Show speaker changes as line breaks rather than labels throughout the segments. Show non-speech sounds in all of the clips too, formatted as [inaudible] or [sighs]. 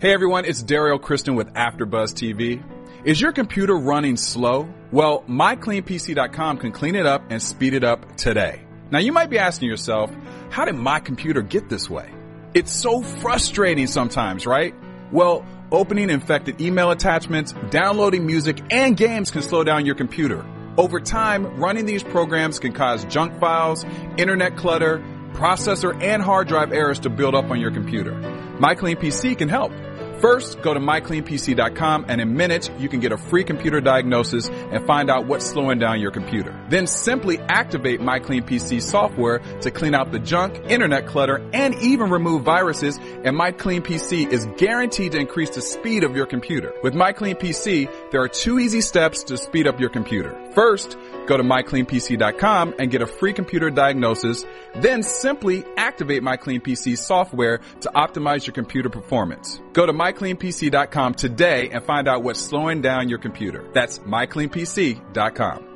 Hey everyone, it's Daryl Kristen with AfterBuzz TV. Is your computer running slow? Well, mycleanpc.com can clean it up and speed it up today. Now you might be asking yourself, how did my computer get this way? It's so frustrating sometimes, right? Well, opening infected email attachments, downloading music, and games can slow down your computer. Over time, running these programs can cause junk files, internet clutter, processor, and hard drive errors to build up on your computer. MyCleanPC can help. First, go to mycleanpc.com and in minutes you can get a free computer diagnosis and find out what's slowing down your computer. Then simply activate MyCleanPC software to clean out the junk, internet clutter, and even remove viruses and MyCleanPC is guaranteed to increase the speed of your computer. With MyCleanPC, there are two easy steps to speed up your computer. First, go to mycleanpc.com and get a free computer diagnosis, then simply activate MyCleanPC software to optimize your computer performance. Go to mycleanpc.com today and find out what's slowing down your computer. That's mycleanpc.com.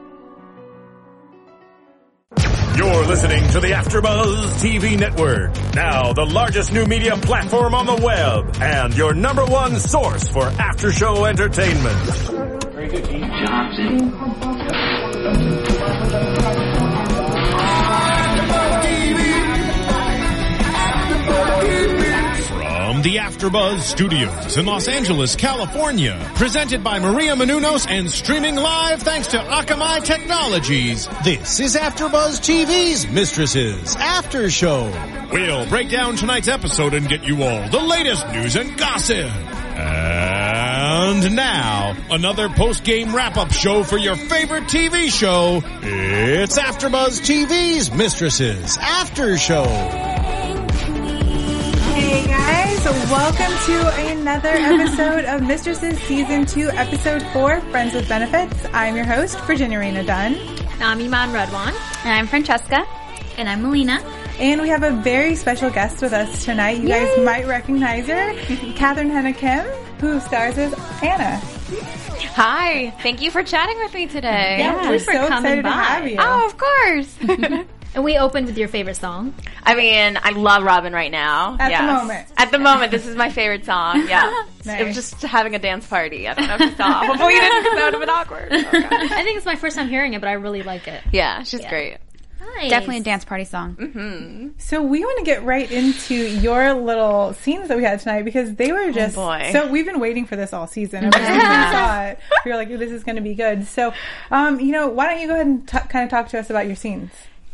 You're listening to the AfterBuzz TV Network, now the largest new media platform on the web, and your number one source for after-show entertainment.
From the AfterBuzz Studios in Los Angeles, California, presented by Maria Menounos and streaming live thanks to Akamai Technologies. This is AfterBuzz TV's Mistresses After Show. We'll break down tonight's episode and get you all the latest news and gossip. And now, another post-game wrap-up show for your favorite TV show. It's AfterBuzz TV's Mistresses After Show.
Hey guys, welcome to another episode of Mistresses Season 2, Episode 4, Friends with Benefits. I'm your host, Virginia Rena Dunn.
I'm Iman Redwan. And I'm Francesca. And I'm Melina.
And we have a very special guest with us tonight. You guys might recognize
[laughs]
her, Katherine Henna Kim, who stars as Anna.
Hi. Thank you for chatting with me today.
Yeah,
Thank
we're
you for
so
coming
excited to
by.
have you.
Oh, of
[laughs]
course.
And we opened with your favorite song.
I mean, I love Robin right now.
At the
Yes.
moment.
At the moment, this is my favorite song. Yeah.
[laughs] Nice.
It was just having a dance party. I don't know if you saw. Hopefully you didn't because that would have been awkward.
[laughs]
Oh, God.
[laughs] I think it's my first time hearing it, but I really like it.
yeah, she's great.
Nice.
Definitely a dance party song.
So we want to get right into your little scenes that we had tonight because they were just
boy.
so we've been waiting for this all season. Ever since we saw it, we were like, "This is going to be good." So, um, you know, why don't you go ahead and t- kind of talk to us about your scenes?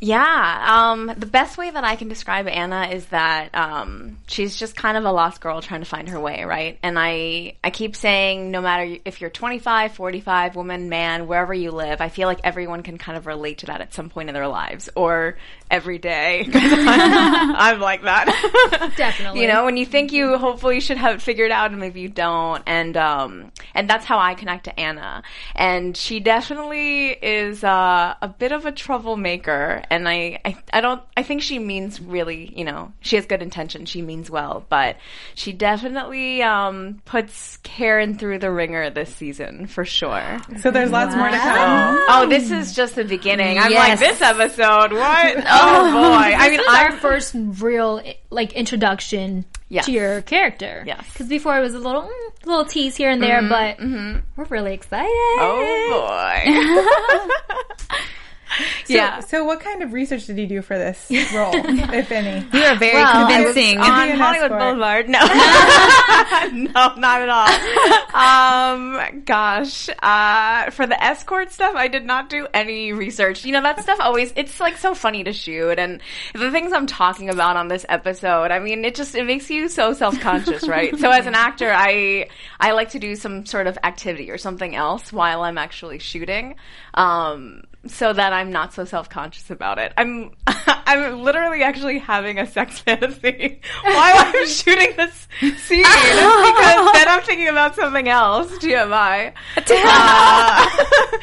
Yeah. Um, the best way that I can describe Anna is that um, she's just kind of a lost girl trying to find her way, right? And I, I keep saying, no matter if you're 25, 45, woman, man, wherever you live, I feel like everyone can kind of relate to that at some point in their lives or every day. [laughs] I'm like that.
Definitely.
You know, when you think you hopefully should have it figured out and maybe you don't. And um and that's how I connect to Anna. And she definitely is uh, a bit of a troublemaker and I, I I don't I think she means really, you know, she has good intention, she means well, but she definitely um puts Karen through the ringer this season for sure.
So there's lots more to come.
Oh, this is just the beginning. I'm
Yes.
like this episode. What? Oh boy. I mean,
this was
I'm
our first real like introduction
Yes.
to your character.
Yes. Mm-hmm,
Because before it was a little mm, little tease here and there, but we're really excited. Oh, [laughs]
Oh boy. [laughs] yeah.
So, what kind of research did you do for this role, if any?
You are very convincing.
on
an
Hollywood
escort.
Boulevard. No, [laughs] no, not at all. Um, gosh, uh, for the escort stuff, I did not do any research. You know, that stuff always, it's like so funny to shoot. And the things I'm talking about on this episode, I mean, it just, it makes you so self-conscious, right? so as an actor, I, I like to do some sort of activity or something else while I'm actually shooting. Um, so that I'm not so self conscious about it. I'm [laughs] I'm literally actually having a sex [laughs] fantasy while [laughs] I'm shooting this scene [laughs] because then I'm thinking about something else. [laughs] TMI. Uh,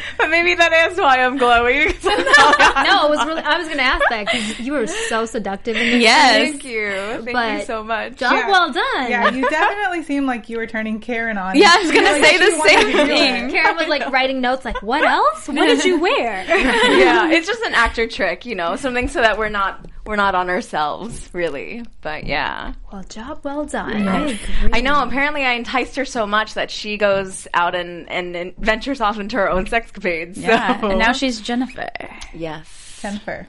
[laughs] but maybe that is why I'm glowing. [laughs]
no, it was really. I was going to ask that because you were so seductive in this.
Thank you. Thank you
But-
so much.
Job
Yeah.
well done.
Yeah, you definitely seemed like you were turning Karen on.
Yeah, I was gonna
Like,
say
she
the
wanted
same
to do it.
thing.
Karen was like writing notes, like, "What else? What did you wear?"
[laughs] yeah, it's just an actor trick, you know, something so that we're not we're not on ourselves really. But yeah.
Well, job well done. I agree.
I know. Apparently, I enticed her so much that she goes out and, and, and ventures off into her own sexcapades.
Yeah.
So. [laughs]
And now she's Jennifer.
yes.
Jennifer.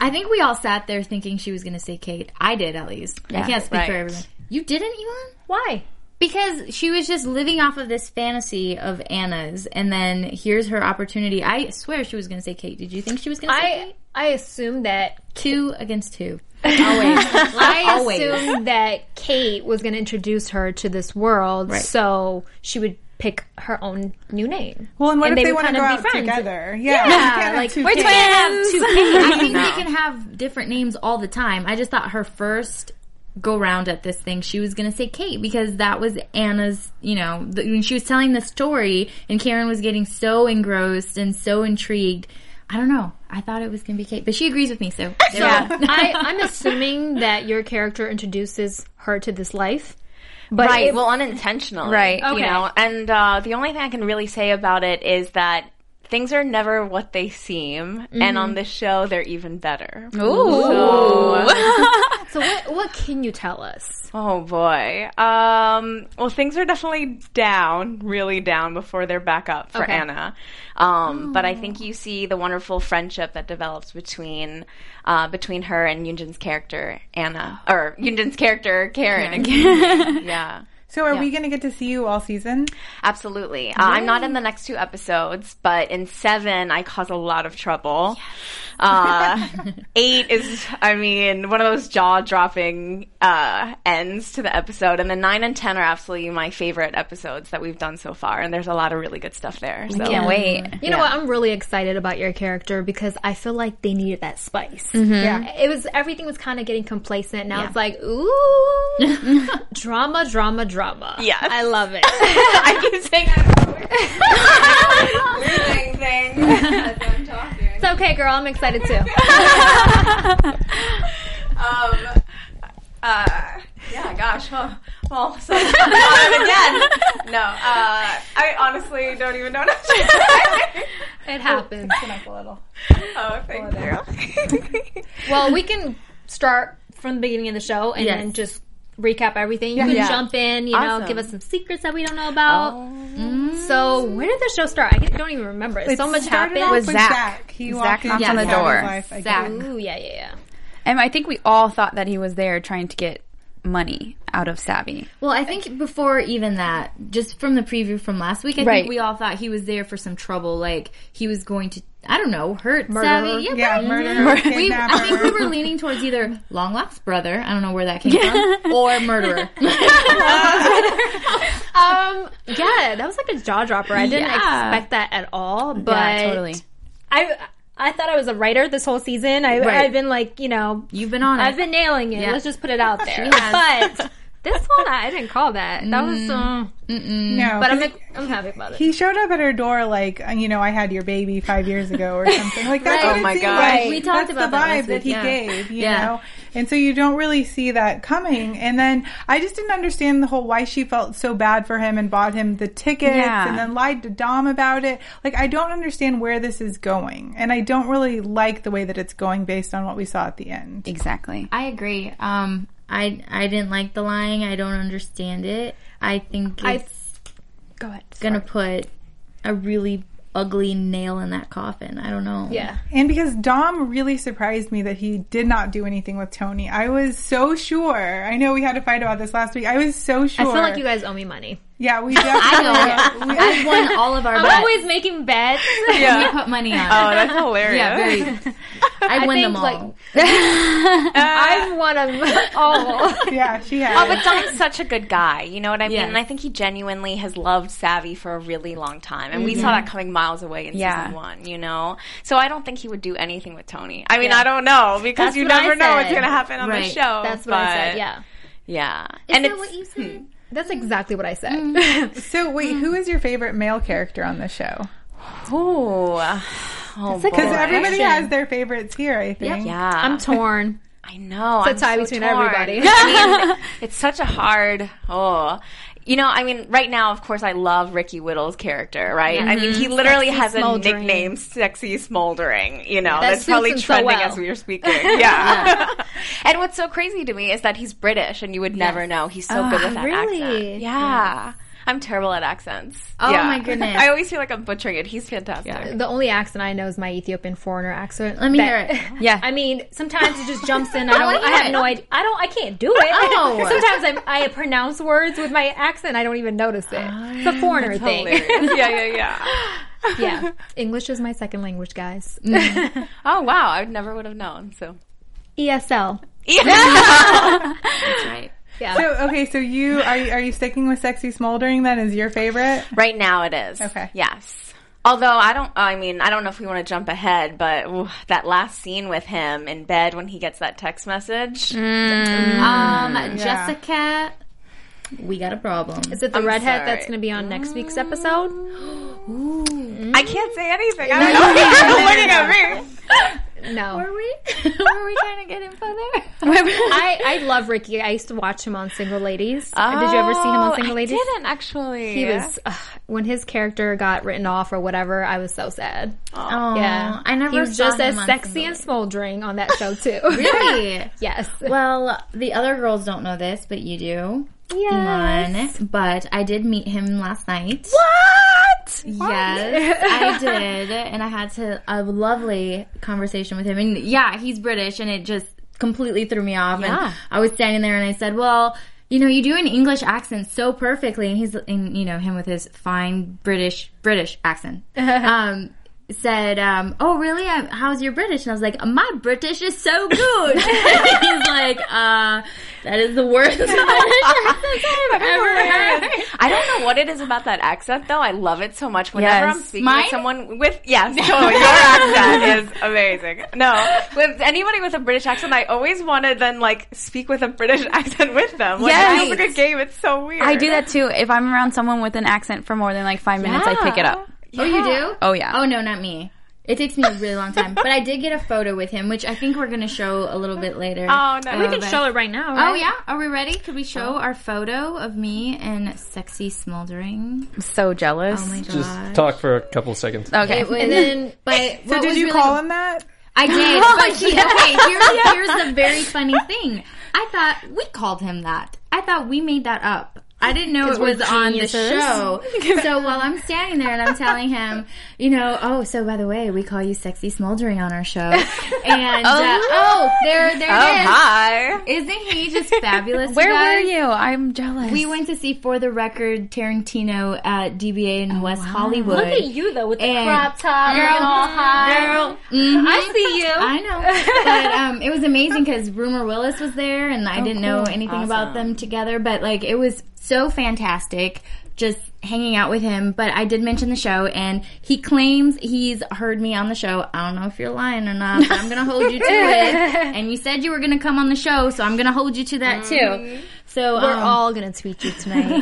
I think we all sat there thinking she was going to say Kate. I did at least. I can't speak for
right.
everyone. You didn't, Elon?
Why?
Because she was just living off of this fantasy of Anna's, and then here's her opportunity. I swear she was going to say Kate. Did you think she was going to say
I
Kate?
I assume that
Two against two. Always.
I
Always.
assumed [laughs] that Kate was going to introduce her to this world,
Right.
so she would pick her own new name.
Well, and what if
they
they
would
want to
kind
go
of be
out
friends.
together? Yeah,
like,
we
we're
can't have two
twins.
kids.
I think they can have different names all the time. I just thought her first go round at this thing, she was going to say Kate because that was Anna's, you know, the, when she was telling the story and Karen was getting so engrossed and so intrigued. I don't know. I thought it was going to be Kate, but she agrees with me, so.
[laughs] Yeah. I, I'm assuming that your character introduces her to this life. But
Right.
it-
well, unintentionally.
Right.
You
Okay.
know, and uh, the only thing I can really say about it is that things are never what they seem,
Mm-hmm.
and on this show, they're even better.
so what, what can you tell us?
Oh boy. Um, well, things are definitely down, really down before they're back up for
Okay.
Anna. Um, but I think you see the wonderful friendship that develops between uh, between her and Yunjin's character Anna, or Yunjin's character Karen. again. [laughs] yeah.
So, are we going to get to see you all season?
Absolutely. Uh, I'm not in the next two episodes, but in seven, I cause a lot of trouble. Uh, [laughs] eight is, I mean, one of those jaw dropping uh, ends to the episode. And then nine and ten are absolutely my favorite episodes that we've done so far. And there's a lot of really good stuff there. So. [laughs]
Can't wait.
You know what? I'm really excited about your character because I feel like they needed that spice. Yeah. It was everything was kind of getting complacent. Now it's like, ooh, [laughs] drama, drama, drama.
Yes.
I love it.
I keep saying that. We're doing things as I'm talking.
it's okay, girl. I'm excited too.
um, uh, yeah, gosh, huh. well, [laughs] so again. No, uh, I honestly don't even know [laughs] what I'm saying.
It happens.
Oh, [laughs] thank you.
Well, we can start from the beginning of the show and
Yes.
then just recap everything. You can
Yeah.
jump in, you know,
Awesome.
give us some secrets that we don't know about. So, where did the show start? I don't even remember. so much
started
happened.
off
Was
with
Zach.
Zach. He
Zach
walked
knocked
into
on the
Kevin's
door.
life again.
Zach.
Ooh, yeah, yeah, yeah.
And I think we all thought that he was there trying to get money out of Savvy.
Well, I think before even that, just from the preview from last week, I
Right.
think we all thought he was there for some trouble. Like he was going to, I don't know, hurt
Murder.
Savvy. Yeah,
Yeah,
probably.
murderer,
We, I think we
kidnapper.
were leaning towards either Long Locks brother. I don't know where that came
[laughs]
from, or murderer.
Um, yeah, that was like a jaw dropper. I didn't
Yeah.
expect that at all, but
yeah, totally.
I I thought I was a writer this whole season. I,
Right.
I've been like, you know,
You've been on.
I've
it.
been nailing it.
Yeah.
Let's just put it out there. But this one, I didn't call that. That was, um,
No,
but I'm
'cause
I'm happy about it.
he showed up at her door like uh, you know I had your baby five years ago or something like that.
Right. Oh my God.
Like.
We talked
That's
about
the
that
vibe
last
that,
week,
he
yeah.
gave, you
Yeah.
know, and so you don't really see that coming. And then I just didn't understand the whole why she felt so bad for him and bought him the tickets
Yeah.
and then lied to Dom about it. Like I don't understand where this is going, and I don't really like the way that it's going based on what we saw at the end.
Exactly.
I agree. Um, I I didn't like the lying. I don't understand it. I think
I-
it's
Go ahead.
gonna put a really ugly nail in that coffin. I don't know.
Yeah.
And because Dom really surprised me that he did not do anything with Tony, I was so sure. I know we had a fight about this last week. I was so sure.
I feel like you guys owe me money.
Yeah,
[laughs]
we definitely.
I know. I've won all of our
I'm
bets.
always making bets.
[laughs]
We put money on. it.
Oh, that's hilarious.
Yeah, very.
[laughs]
I, win
think,
them all. [laughs]
like- [laughs] I've won them [laughs] all.
yeah, she has.
Oh, but
[laughs]
Dom's such a good guy. You know what I mean?
Yeah.
And I think he genuinely has loved Savvy for a really long time. And we saw
Mm-hmm.
that coming miles away in
Yeah.
season one, you know? So I don't think he would do anything with Tony. I mean, I don't know because
That's
you
what I
never know what's
said.
going to happen on the
Right.
show.
That's what I said.
but-
Yeah.
Yeah.
Is
and
that
it's,
what you said?
That's exactly what I said.
so wait, who is your favorite male character on the show?
Oh,
Ooh. [sighs] Oh, boy.
Because everybody has their favorites here, I think.
yeah,
I'm torn.
I know.
It's a tie
I'm so [laughs]
between
torn.
everybody.
I mean, it's such a hard. Oh, You know, I mean, right now, of course, I love Ricky Whittle's character, right? I mean, he literally
Sexy
has a
Smoldering.
nickname, Sexy Smoldering, you know,
That
that's
suits
probably
him so
trending
well.
as we are speaking. Yeah. [laughs] and what's so crazy to me is that he's British and you would never know. He's so good with that
really?
accent. Yeah. I'm terrible at accents.
Oh,
Yeah. [laughs]
my goodness.
I always feel like I'm butchering it. He's fantastic.
The only accent I know is my Ethiopian foreigner accent.
Let me
That-
hear
[laughs]
it.
Yeah.
I mean, sometimes it just jumps in. I don't.
wanna
I
hear
have
it.
no idea. I don't. I can't do it.
Oh.
[laughs] sometimes I, I pronounce words with my accent. I don't even notice it. It's
Ah,
a foreigner thing. [laughs]
Hilarious. yeah, yeah, yeah.
[laughs]
yeah, English is my second language, guys.
[laughs]
Mm.
Oh wow, I never would have known. So
E
ESL.
right.
Yeah.
So okay, so you are you- are you sticking with sexy smoldering? Then is your favorite?
right now it is.
Okay.
Yes. Although I don't, I mean, I don't know if we want to jump ahead, but ooh, that last scene with him in bed when he gets that text message. Mm.
Mm-hmm.
Um, Jessica, we got a problem.
Is it the
I'm
redhead
sorry.
that's going to be on next week's episode?
I can't say anything. I don't know. [laughs] You're looking at me.
No.
[laughs]
[laughs]
Were we trying to get info there?
I, I love Ricky. I used to watch him on Single Ladies. Did you ever see him on Single
Oh, I
Ladies?
didn't actually.
He was ugh, when his character got written off or whatever. I was so sad.
Oh,
yeah,
I never.
He was
saw
just
him
as
on
sexy
Single
and smoldering on that show [laughs] too.
Really?
yes.
Well, the other girls don't know this, but you do.
Yes.
Iman. But I did meet him last night.
what?
Yes, I did, and I had to a lovely conversation with him. And yeah, he's British, and it just completely threw me off.
Yeah.
And I was standing there, and I said, "Well, you know, you do an English accent so perfectly." And he's, and you know, him with his fine British British accent. um, said, um, "Oh, really? Um, How's your British?" And I was like, "My British is so good." [laughs] he's like, uh, "That is the worst [laughs] British accent I've ever heard."
I don't know what it is about that accent though. I love it so much. Whenever
Yes.
I'm speaking
Mine?
with someone with yes,
[laughs]
totally. Your accent is amazing. No, with anybody with a British accent, I always want to then like speak with a British [laughs] accent with them. Like
Yes.
it's like a game. It's so weird.
I do that too. If I'm around someone with an accent for more than like five minutes, I pick it up.
Oh, you do?
Oh, yeah.
Oh no, not me. It takes me a really long time, but I did get a photo with him, which I think we're gonna show a little bit later.
Oh no,
we can show it right now.
Oh
right?
yeah, are we ready? Could we show our photo of me and sexy smoldering?
I'm so jealous.
Oh my god!
Just talk for a couple seconds.
okay.
It was- but
So did you call him that?
[laughs] I did. But she, okay, [laughs] here's, here's the very funny thing. I thought we called him that. I thought we made that up. I didn't know it was on the show. So while I'm standing there and I'm telling him, you know, oh, so by the way, we call you sexy smoldering on our show. [laughs] And oh, uh, oh there, there
Oh
it
hi.
is. Isn't he just fabulous?
Where
guys?
were you? I'm jealous.
We went to see For the Record Tarantino at DBA in West Hollywood.
Oh, Look at you though with the
And- mm-hmm.
crop top, girl, all high. Girl, I see you. [laughs]
I know. But um, it was amazing because Rumor Willis was there, and
Oh,
I didn't know anything about them together. But like, it was so fantastic just hanging out with him. But I did mention the show, and he claims he's heard me on the show. I don't know if you're lying or not, but I'm gonna hold you to
[laughs]
it. And you said you were gonna come on the show, so I'm gonna hold you to that too. So
Mm-hmm. We're
um,
all gonna tweet you tonight. [laughs]
[laughs]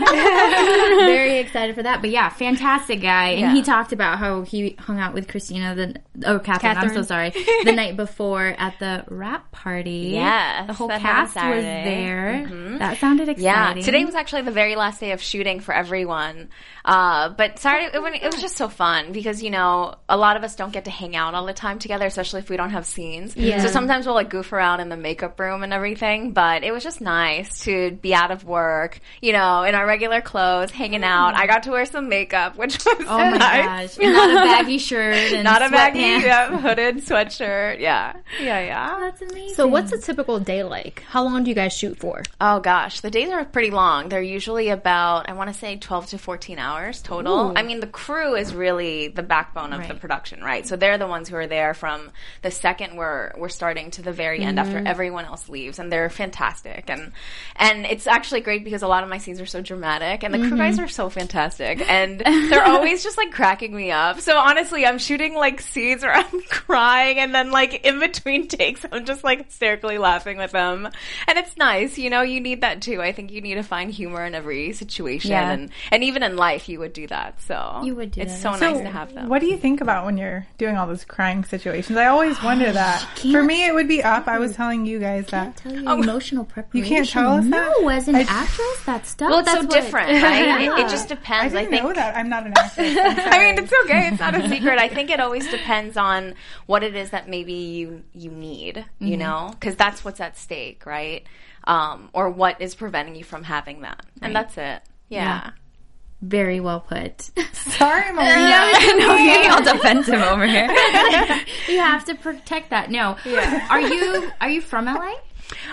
very excited for that. But yeah, fantastic guy. And he talked about how he hung out with Christina the or Catherine, I'm so
Catherine.
sorry.
[laughs]
The night before at the rap party.
Yes,
The whole
that
cast
happened
was
Saturday. Mm-hmm.
there. That sounded
Yeah,
exciting.
today was actually the very last day of shooting for everyone. Uh, but sorry, it, when- it was just so fun because you know a lot of us don't get to hang out all the time together, especially if we don't have scenes. So sometimes we'll like goof around in the makeup room and everything. But it was just nice to be out of work, you know, in our regular clothes, hanging out. I got to wear some makeup, which was so
Oh my
nice.
gosh. And not a baggy shirt
[laughs]
and
Not a baggy,
sweatpants.
yeah, hooded sweatshirt. Yeah, Oh, yeah, yeah.
That's
[laughs]
amazing.
so, what's a typical day like? How long do you guys shoot for?
Oh gosh, the days are pretty long. They're usually about I want to say 12 to 14 hours total. I mean, the crew is really the backbone of the production, right? So they're the ones who are there from the second we're we're starting to the very end after everyone else leaves and they're fantastic. And and it's actually great because a lot of my scenes are so dramatic and the crew guys are so fantastic and they're always just like cracking me up. So honestly, I'm shooting like scenes where [laughs] I'm crying and then like in between [laughs] takes I'm just like hysterically laughing with them. And it's nice, you know, you need that too. I think you need to find humor in every situation
Yeah.
and and even in life you would do that. So
You would do
It's
that.
so,
So
nice to have them.
What do you think about when you're doing all those crying situations? I always wonder that. For me, it would be up. I was telling you guys that.
emotional preparation?
You can't tell us that.
know as an actress that stuff.
Well, it's so different, right?
It- it just depends, I
I didn't
think.
know that. I'm not an actress. I'm
I
sorry.
mean, it's okay.
[laughs]
It's not a secret. I think it always depends on what it is that maybe you you need,
Mm-hmm.
you
Mhm.
know, because that's what's at stake, right? Um, or what is preventing you from having that, and
Right.
that's it. Yeah.
Very
[laughs]
well put.
Sorry, Melissa.
[laughs]
no,
you're getting all defensive over here.
[laughs] you have to protect that. No.
[laughs]
Are you are you from LA?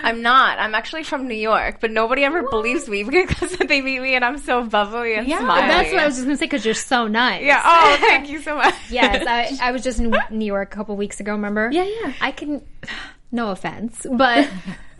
I'm not. I'm actually from New York, but nobody ever believes me [laughs] because they meet me and I'm so bubbly and smiley.
that's what I was just gonna say because you're so nice.
[laughs] Yeah. Oh, thank you so much.
[laughs] yes, I, I was just in New York a couple weeks ago. Remember? Yeah, yeah. I can, [sighs] no offense, [laughs] but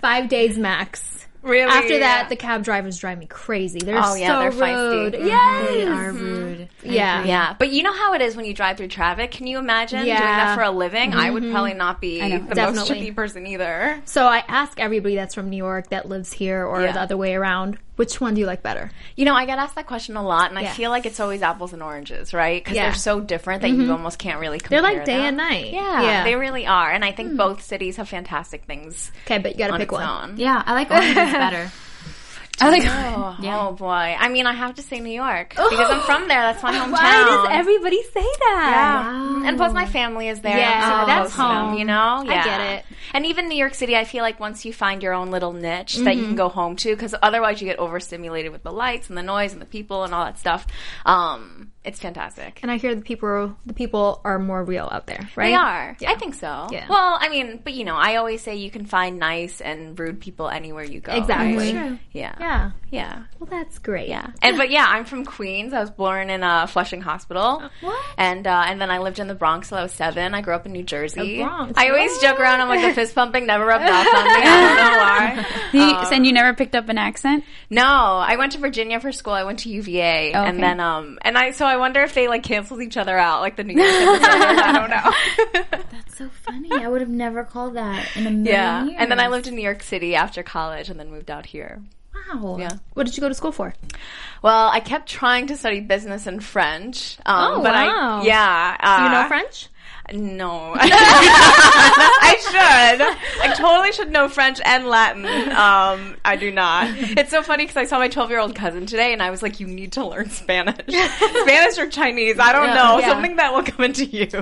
five days max.
[laughs] Really?
After that,
Yeah.
the cab drivers drive me crazy. They're
Oh, yeah,
so
they're feisty.
rude.
Mhm.
Yes,
They are rude.
Mm-hmm.
Yeah.
Yeah, but you know how it is when you drive through traffic. Can you imagine doing
Yeah.
that for a living? I would
Mhm.
probably not be
I know,
the most
definitely.
chippy person either.
So I ask everybody that's from New York that lives here or
Yeah.
the other way around, which one do you like better?
You know, I get asked that question a lot, and I
Yeah.
feel like it's always apples and oranges, right? Because
Yeah.
they're so different that
Mhm.
you almost can't really compare.
They're like day
them.
and night.
Yeah, they really are, and I think both cities have fantastic things.
Okay, but you gotta
on
Hmm. pick
its
one.
own.
Yeah, I like oranges better.
I
[laughs]
[laughs]
oh, oh boy! I mean, I have to say New York because I'm from there. That's my
Oh. [laughs]
hometown.
Why does everybody say that?
Yeah. And plus, my family is there.
Yeah,
I'm super
that's
close to them,
home.
you know?
I get it.
And even New York City, I feel like once you find your own little niche that you
Mhm.
can go home to, because otherwise you get overstimulated with the lights and the noise and the people and all that stuff. Um, it's fantastic.
And I hear the people the people are more real out there, right?
They are. I think so.
Yeah.
Well, I mean, but you know, I always say you can find nice and rude people anywhere you go.
Exactly.
right?
True.
Yeah.
Yeah.
Yeah.
Well, that's great.
Yeah. And but yeah, I'm from Queens. I was born in uh, Flushing Hospital.
What?
And uh, and then I lived in the Bronx till I was seven. I grew up in New
The
Jersey.
Bronx,
I always joke around. I'm like the fist pumping never rubbed off on me. I [laughs] don't know why.
You said you never picked up an accent.
No, I went to Virginia for school. I went to UVA,
Oh,
Okay.
and then um and I so I wonder if they like canceled each other out, like the New York. episodes. I don't know. [laughs]
That's so funny. I would have never called that in a million
Yeah.
years.
And then I lived in New York City after college, and then moved out here.
Wow.
Yeah.
What did you go to school for?
Well, I kept trying to study business and French. Um,
Oh,
but
wow.
I, yeah.
Do you know
uh,
French? [laughs]
No. [laughs] I should. I totally should know French and Latin. Um, I do not. It's so funny because I saw my 12 year old cousin today and I was like, you need to learn Spanish.
[laughs]
Spanish or Chinese. I don't
Yeah.
know.
Yeah.
Something that will come into use.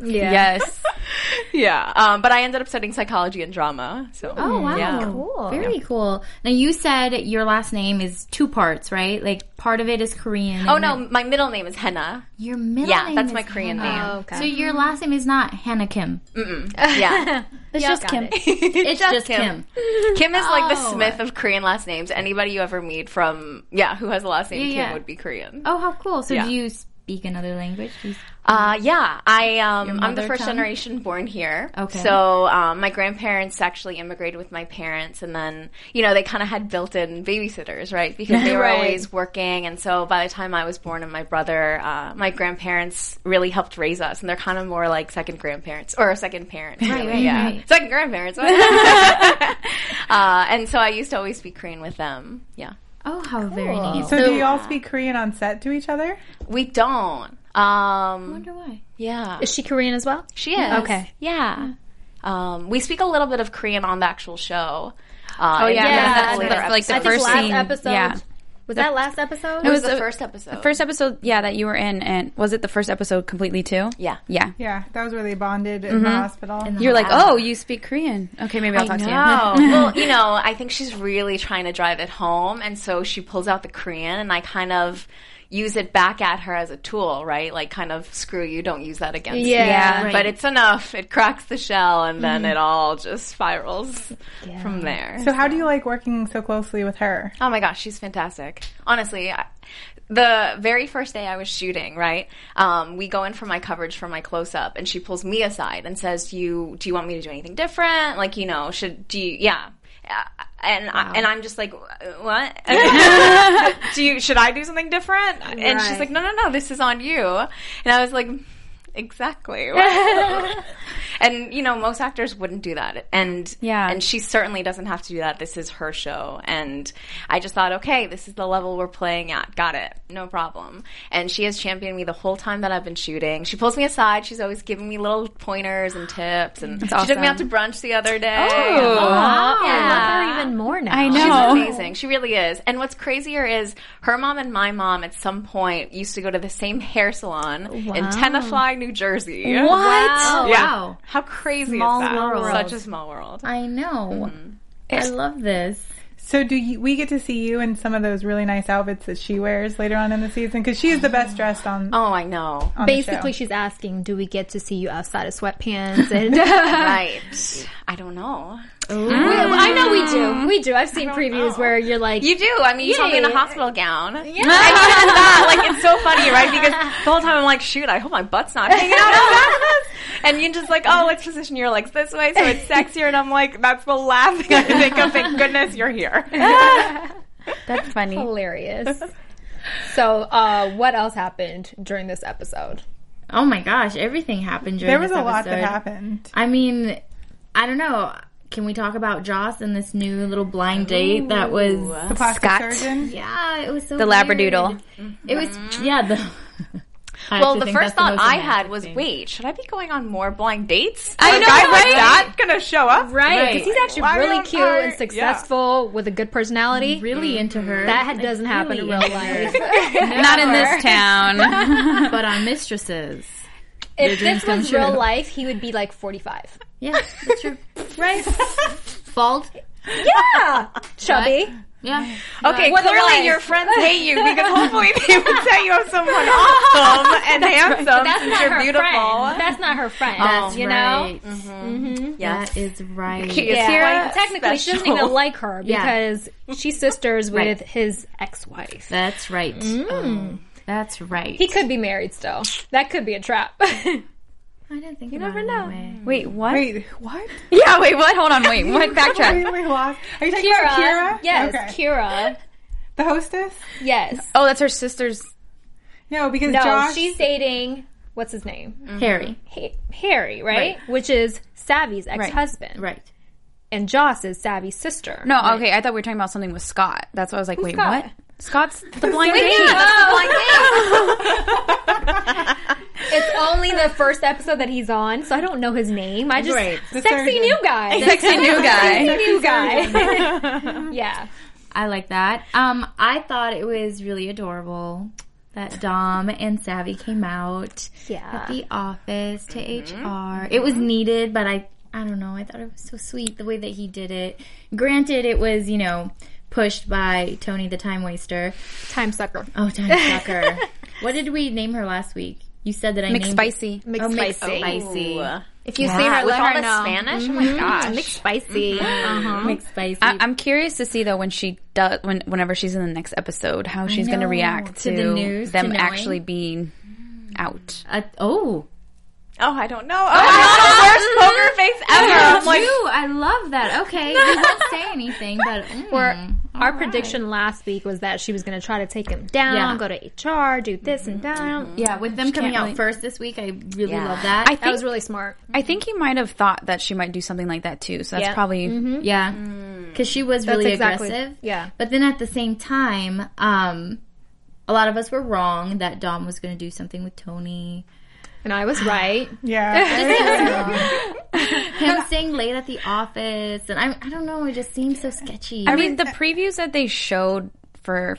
Yeah.
Yes.
[laughs] yeah. Um, but I ended up studying psychology and drama. So.
Oh wow.
Yeah.
Cool.
Very cool. Now you said your last name is two parts, right? Like part of it is Korean.
Oh
and
no, my middle name is Henna.
Your middle
Yeah,
name
that's
is
my Korean
Hannah.
name.
Oh, okay.
So your last name is not Hannah Kim. [laughs]
Yeah.
It's just Kim. [laughs] It's just, Kim.
Kim is like the
Oh.
Smith of Korean last names. Anybody you ever meet from, yeah, who has a last name
Yeah,
Kim
yeah.
would be Korean.
Oh, how cool. So
Yeah.
do you speak another language? Do you s-
Uh, yeah, I um,
Mm-hmm. Your
I'm the
mother
first
tongue?
generation born here.
Okay.
So um, my grandparents actually immigrated with my parents, and then you know they kind of had built-in babysitters,
[laughs]
right? Because they were
Right.
always working, and so by the time I was born and my brother, uh, my grandparents really helped raise us, and they're kind of more like second grandparents or second parents. Right,
right,
yeah.
right.
Second grandparents. [laughs]
[laughs]
uh, and so I used to always speak Korean with them. Yeah.
Oh, how very neat.
So, do you all speak Korean on set to each other?
We don't.
I
Um,
wonder why.
yeah.
Is she Korean as well?
She is.
Okay.
Yeah. Um, we speak a little bit of Korean on the actual show. Uh,
Oh, yeah,
in
yeah,
that's
that's
later
what- like
episode.
the
I think
first
last
scene,
episode.
yeah.
Was that last episode?
It was
was
the
the-
first episode.
First episode, yeah, that you were in, and was it the first episode completely too?
Yeah.
Yeah.
Yeah, that was where they bonded in the hospital.
You're like, oh, you speak Korean. Okay, maybe I'll talk
No,
to you.
well, you know, I think she's really trying to drive it home, and so she pulls out the Korean, and I kind of use it back at her as a tool, right? Like, kind of screw you, don't use that against me.
Yeah. Yeah,
right.
But it's enough. It cracks the shell, and then
Mm-hmm.
it all just spirals from there.
so, how do you like working so closely with her?
Oh my gosh, she's fantastic. Honestly, I, the very first day I was shooting, right? Um, we go in for my coverage for my close up, and she pulls me aside and says, "You, do you want me to do anything different? Like, you know, should do you? Yeah." Uh, And I, and I'm just like, what? [laughs] do you? Should I do something different? And she's
Right.
like, no, no, no, this is on you. And I was like, exactly. [laughs] and you know, most actors wouldn't do that. And yeah, and she certainly doesn't have to do that. This is her show, and I just thought, okay, this is the level we're playing at. Got it, no problem. And she has championed me the whole time that I've been shooting. She pulls me aside. She's always giving me little pointers and tips, and
That's
she took
awesome.
me out to brunch the other day.
Oh, wow.
I love her even more now.
[laughs] I know.
She's amazing. She really is. And what's crazier is her mom and my mom at some point used to go to the same hair salon in
Wow.
Tenafly, New Jersey.
Oh,
What? Wow.
Yeah.
Wow.
How crazy
Small
is that?
world.
Such a small world.
I know.
Mm-hmm.
I love this.
So do you, we get to see you in some of those really nice outfits that she wears later on in the season? Because she is the best dressed on.
Oh, I [laughs] know.
Basically, she's asking, "Do we get to see you outside of sweatpants?" And [laughs]
right. I don't know.
We- I know we do. We do. I've seen previews where you're like,
You do. I mean, you saw me in a
Yay.
hospital gown. Yeah. And even that, like, it's so funny, right? Because the whole time I'm like, shoot, I hope my butt's not hanging out on [laughs] that. And you're just like, oh, let's position your legs this way so it's sexier. And I'm like, that's the last thing I can think of. Thank goodness you're here.
That's funny.
hilarious. [laughs] so, uh, what else happened during this episode?
Oh my gosh, everything happened during
There was
this
a lot that
episode.
happened.
I mean, I don't know. Can we talk about Joss and this new little blind date that was?
The plastic
Scott.
surgeon.
Yeah, it was so
The
weird.
labradoodle.
It was yeah. The, [laughs] I
Well,
actually
Oh, the
think
first
that's
thought
most
I
romantic
had was,
thing.
wait, should I be going on more blind dates?
I
Are
know,
guys like
right?
that gonna show up?
Right,
'cause
he's
he's
actually
Why
really
don't
cute
I-
and successful with a good personality.
really into her.
That had- doesn't happen
really
in real life.
Not in this town.
[laughs] but on mistresses.
if
dreams
this
come
was
true.
real life, he would be like 45.
Yeah, that's true.
Right?
Bald.
Chubby.
Yeah.
Okay,
What a
clearly
life.
your friends hate you because hopefully they would say you have
[laughs]
someone awesome and handsome
That's
since
not
you're
her
beautiful.
friend. That's not her friend.
Oh,
you know?
Right.
Yes.
That is right.
She is
Yeah.
quite
technically, she doesn't even
special.
like her
Yeah.
because she's sisters with his ex-wife.
That's right. Oh, that's right.
He could be married still. That could be a trap. [laughs]
I didn't think you never know.
[laughs] Wait, what?
Wait, what?
Yeah, wait, what? Hold on, wait, what? Backtrack.
Wait, we lost. Are you talking
Oh, Kira,
about Kira?
yes,
Okay.
Kira,
The hostess?
yes.
Oh, that's her sister's.
No, because
No,
Josh.
she's dating what's his name,
Harry.
Ha- Harry, Mm-hmm. right? Which is Savvy's ex-husband,
Right.
And Joss is Savvy's sister.
No, okay, I thought we were talking about something with Scott. That's why I was like, wait,
Scott?
what? Scott's the blind date.
[laughs] it's only the first episode that he's on, so I don't know his name. I just
Right.
The
sexy
surgeon.
new guy,
[laughs] Sexy new guy.
sexy new guy. [laughs] yeah,
I like that. Um, I thought it was really adorable that Dom and Savvy came out
Yeah.
at the office to
Mm-hmm.
HR. It was needed, but I I don't know. I thought it was so sweet the way that he did it. Granted, it was you know pushed by Tony the time waster.
time sucker,
Oh, time sucker.
[laughs]
what did we name her last week? You said that I named
McSpicy.
Oh,
McSpicy.
McSpicy.
If you see her,
With
let
all
her
the
know.
Spanish? Oh my gosh.
McSpicy. Uh-huh.
McSpicy.
I- I'm curious to see though when she does when whenever she's in the next episode how she's going to
know,
react
to
to,
the news, to
them
knowing.
actually being out.
Uh, oh,
Oh, I don't know. Oh, I got the worst poker face ever. I'm like,
Mm-hmm.
Ew, I love that. Okay, we won't say anything, but
[laughs]
mm.
Oh, Our prediction last week was that she was going to try to take him down,
Yeah.
go to HR, do this and that.
Yeah, with them coming
can't
out
really-
first this week, I really love that.
Mm-hmm.
I
That
think
was really smart.
I think he might have thought that she might do something like that too. So that's
Yeah.
probably
yeah, because she was really
Mm. exactly-
aggressive.
yeah.
but then at the same time, um, a lot of us were wrong that Dom was going to do something with Tony.
And I [sighs] was right.
yeah.
[laughs]
Him staying late at the office, and I, I don't know, it just seems so sketchy.
I mean, the previews that they showed for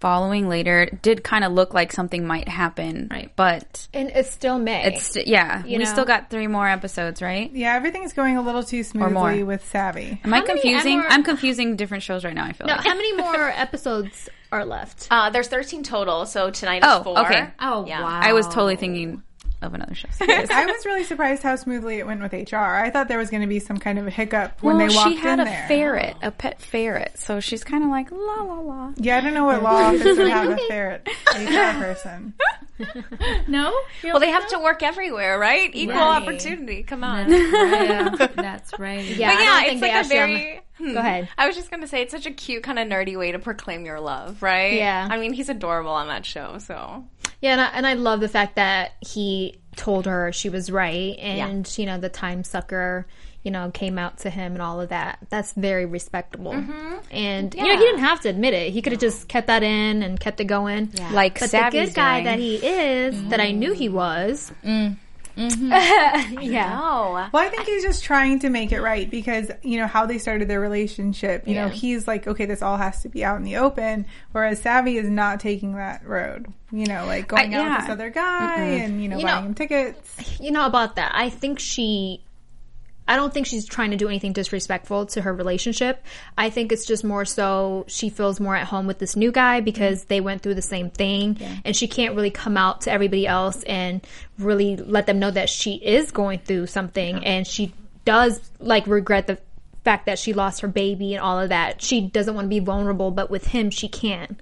following later did kind of look like something might happen,
Right.
But
And it's still May.
it's yeah, we
know.
still got three more episodes, right?
yeah, everything's going a little too
more.
smoothly with Savvy.
Am I
many
confusing?
more-
I'm confusing different shows right now. I feel
No,
like.
how many more episodes are left?
uh, there's 13 total, so tonight
Oh,
is four.
okay.
oh
Yeah.
wow,
I was totally thinking of another show.
I was really surprised how smoothly it went with HR. I thought there was going to be some kind of a hiccup when they walked
she had
in
a
there.
ferret, a pet ferret, so she's kind of like la la la.
yeah, I don't know what law office would have a ferret HR person.
no,
[laughs]
Well, they have to work everywhere, right? Equal opportunity. Come on.
[laughs] that's right.
Yeah,
But
I
yeah,
don't think
it's
they
like a
asked you on
very. Hmm.
Go ahead.
I was just gonna say it's such a cute kind of nerdy way to proclaim your love, right?
Yeah.
I mean, he's adorable on that show, so
Yeah, and I, and I love the fact that he told her she was right and you know the time sucker you know came out to him and all of that that's very respectable and you know he
Yeah.
didn't have to admit it he could have just kept that in and kept it going
Like
but the
Savvy's
good guy
doing.
that he is that i knew he was yeah
Well, I think he's just trying to make it right because, you know, how they started their relationship, you know,
Yeah.
he's like, okay, this all has to be out in the open. Whereas Savvy is not taking that road, you know, like going out with
yeah.
this other guy and, you know,
You know-
buying him tickets.
you know about that i think she i don't think she's trying to do anything disrespectful to her relationship i think it's just more so she feels more at home with this new guy because they went through the same thing and she can't really come out to everybody else and really let them know that she is going through something and she does like regret the fact that she lost her baby and all of that she doesn't want to be vulnerable but with him she can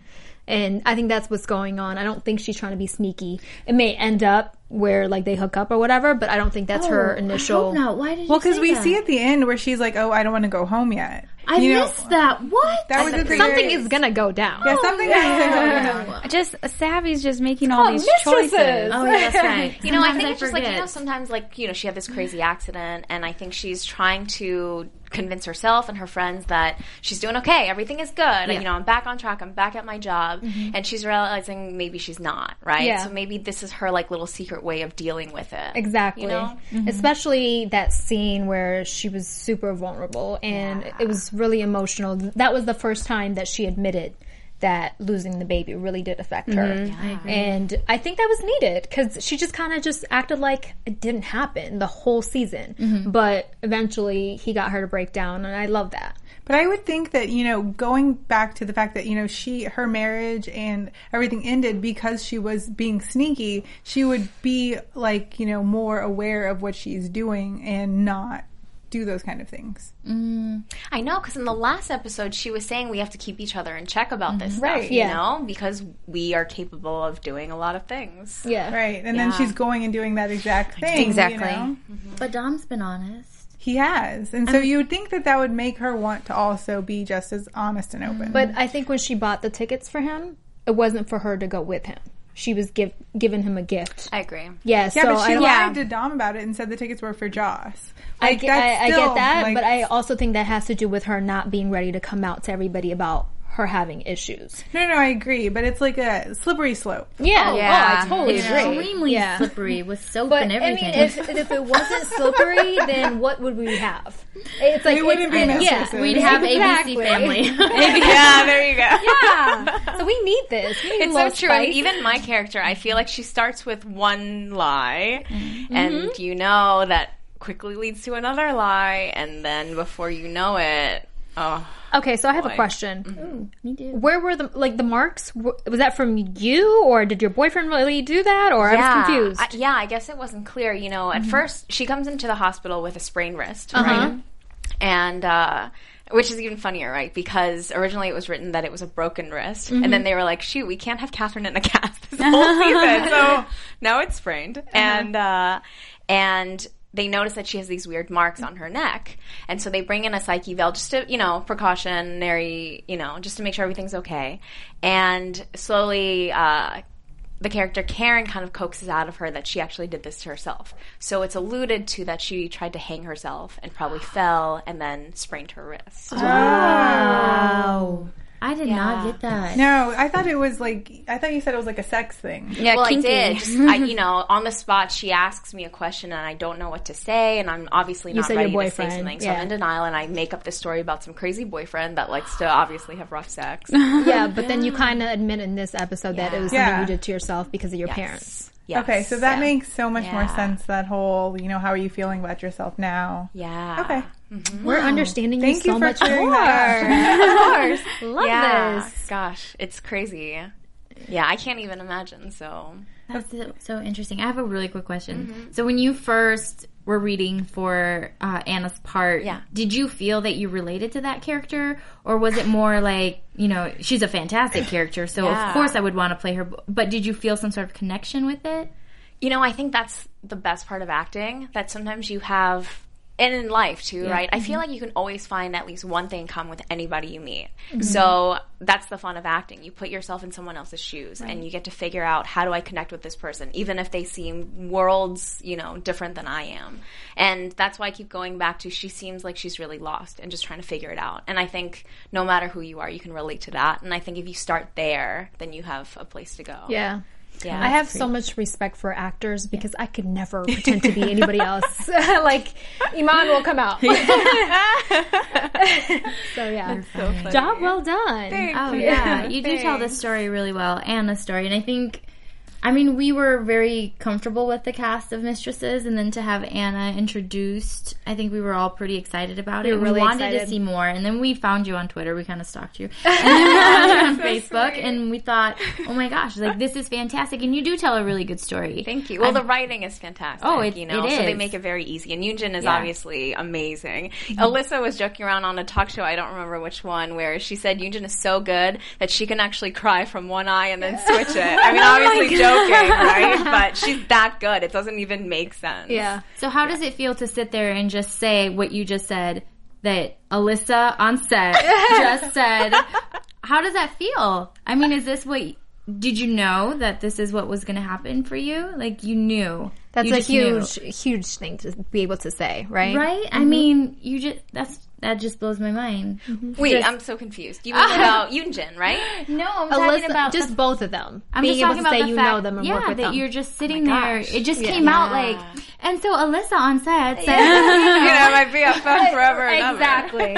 and I think that's what's going on. I don't think she's trying to be sneaky. It may end up where like they hook up or whatever, but I don't think that's
Oh,
her initial.
No, why did you?
Well, because
say
we
that?
see at the end where she's like, oh, I don't want to go home yet.
I
You know,
missed that. What?
That was the thing.
Something is gonna go down.
Yeah, something is going on.
Just Savvy's just making
Oh,
all these
mistresses.
choices.
Oh, yeah, that's right.
You know, I
Sometimes
think it's just like you know,
forget.
sometimes like you know, she had this crazy accident, and I think she's trying to convince herself and her friends that she's doing okay, everything is good, and you know, I'm back on track, I'm back at my job, and she's realizing maybe she's not right.
Yeah.
So maybe this is her like little secret way of dealing with it.
Exactly.
You know?
Especially that scene where she was super vulnerable and it was really emotional. That was the first time that she admitted that losing the baby really did affect her. And I think that was needed because she just kind of just acted like it didn't happen the whole season. But eventually he got her to break down and I love that.
But I would think that, you know, going back to the fact that, you know, she, her marriage and everything ended because she was being sneaky, she would be like, you know, more aware of what she's doing and not do those kind of things.
I know because in the last episode she was saying we have to keep each other in check about this stuff,
Right.
you
Yeah.
know, because we are capable of doing a lot of things.
Yeah.
Right. And then she's going and doing that exact thing. you
Exactly.
know?
But Dom's been honest.
He has. And so you would think that that would make her want to also be just as honest and open.
But I think when she bought the tickets for him, it wasn't for her to go with him. She was give, giving him a gift.
I [laughs] agree.
yeah,
yeah,
so
but she
I,
lied to Dom about it and said the tickets were for Joss.
I,
Like,
get,
that's
I, I
still,
get that,
like-
but I also think that has to do with her not being ready to come out to everybody about her having issues.
No, no, I agree. But it's like a slippery slope.
Yeah, oh,
yeah.
I totally agree.
Extremely
Yeah.
slippery with soap
But
and
I mean,
everything.
if, if it wasn't slippery, then what would we have? It's like
We wouldn't
it's-
be
it-
mistresses.
yeah,
We'd have
exactly.
ABC
[laughs]
Family.
yeah, there you go.
yeah, so we need this. We need a
It's so
little
true.
spice.
And even my character, I feel like she starts with one lie, and you know that quickly leads to another lie, and then before you know it, oh,
Okay, so I have a question. Where were the like the marks? Were- Was that from you, or did your boyfriend really do that? Or I was confused. Mm-hmm.
I- yeah, I guess it wasn't clear. You know, at first she comes into the hospital with a sprained wrist,
Uh-huh.
right? And uh, which is even funnier, right? Because originally it was written that it was a broken wrist,
Mm-hmm.
and then they were like, "Shoot, we can't have Catherine in a cast [laughs] this whole
[laughs]
season." so now it's sprained,
Uh-huh.
and uh, and. They notice that she has these weird marks on her neck, and so they bring in a psyche veil just to, you know, precautionary, you know, just to make sure everything's okay. And slowly, uh, the character Karen kind of coaxes out of her that she actually did this to herself. So it's alluded to that she tried to hang herself and
[gasps]
probably fell and then sprained her wrist.
Uh,
wow. I did not get that.
No, I thought it was like I thought you said it was like a sex thing.
Yeah,
well,
kinky.
I did.
[laughs]
Just, I, you know, on the spot, she asks me a question and I don't know what to say, and I'm obviously not
said your
ready to say
boyfriend,
something, so
yeah.
I'm in denial, and I make up this story about some crazy boyfriend that likes to obviously have
[laughs]
rough sex.
yeah, but then you kind of admit in this episode that it was something
Yeah.
you did to yourself because of your parents.
Yes.
Okay, so that
Yeah.
makes so much more
Yeah.
sense. That whole, you know, how are you feeling about yourself now?
yeah.
Okay,
We're understanding
thank
you
you
so
for
much
clearing
more.
that
of course, love
Yeah.
this.
Gosh, it's crazy. Yeah, I can't even imagine. So
That's so, so interesting. I have a really quick question.
Mm-hmm.
So when you first were reading for uh, Anna's part,
Yeah.
did you feel that you related to that character, or was it more like you know she's a fantastic
[coughs]
character, so
Yeah.
of course I would want to play her? But did you feel some sort of connection with it?
You know, I think that's the best part of acting that sometimes you have and in life too,
Yeah.
right? I
Mm-hmm.
feel like you can always find at least one thing in common with anybody you meet.
Mm-hmm.
So that's the fun of acting. You put yourself in someone else's shoes and you get to figure out how do I connect with this person, even if they seem worlds, you know, different than I am. And that's why I keep going back to she seems like she's really lost and just trying to figure it out. And I think no matter who you are, you can relate to that. And I think if you start there, then you have a place to go.
Yeah.
Yeah.
I have so much respect for actors because I could never pretend to be anybody else. [laughs] like Iman will come out. so [laughs] yeah. Job well done. Uh,
Oh yeah, you do tell this story really well and the story, and I think, I mean, we were very comfortable with the cast of Mistresses, and then to have Anna introduced, I think we were all pretty excited about
We
it.
were really
we wanted
excited.
to see more, and then we found you on Twitter. We kind of
[laughs]
stalked you, and then we found you on Facebook, and we thought, oh my gosh, like this is fantastic, and you do tell a really good story.
Thank you. Well, the writing is fantastic.
Oh, it-
you know,
it
so they
is.
make it very easy. And Yoonjin is
Yeah. Mm-hmm.
obviously amazing. Alyssa was joking around on a talk show. I don't remember which one, where she said Yoonjin is so good that she can actually cry from one eye and then switch it. I
[laughs] Oh
mean, obviously joking, right? But she's that good. It doesn't even make sense.
Yeah.
So how does it feel to sit there and just say what you just said that Alyssa on set
[laughs]
just said? How does that feel? I mean, is this what did you know that this is what was going to happen for you? Like you knew.
That's
You
a
just knew.
huge, huge thing to be able to say, right?
right? I mean, you just that's that just blows my mind.
Wait, I'm so confused. You mean
[laughs]
about Yoonjin, right?
No, I'm
Alyssa,
talking about
just
the-
both of them.
I'm
being
just
able
talking
to
about
say
the
you
fact,
know them and
yeah,
work with
that
them. Oh
you're just sitting there.
gosh.
It just
Yeah.
came out like, and so Alyssa on set said,
you know, my
[laughs]
BFF forever and ever.
exactly.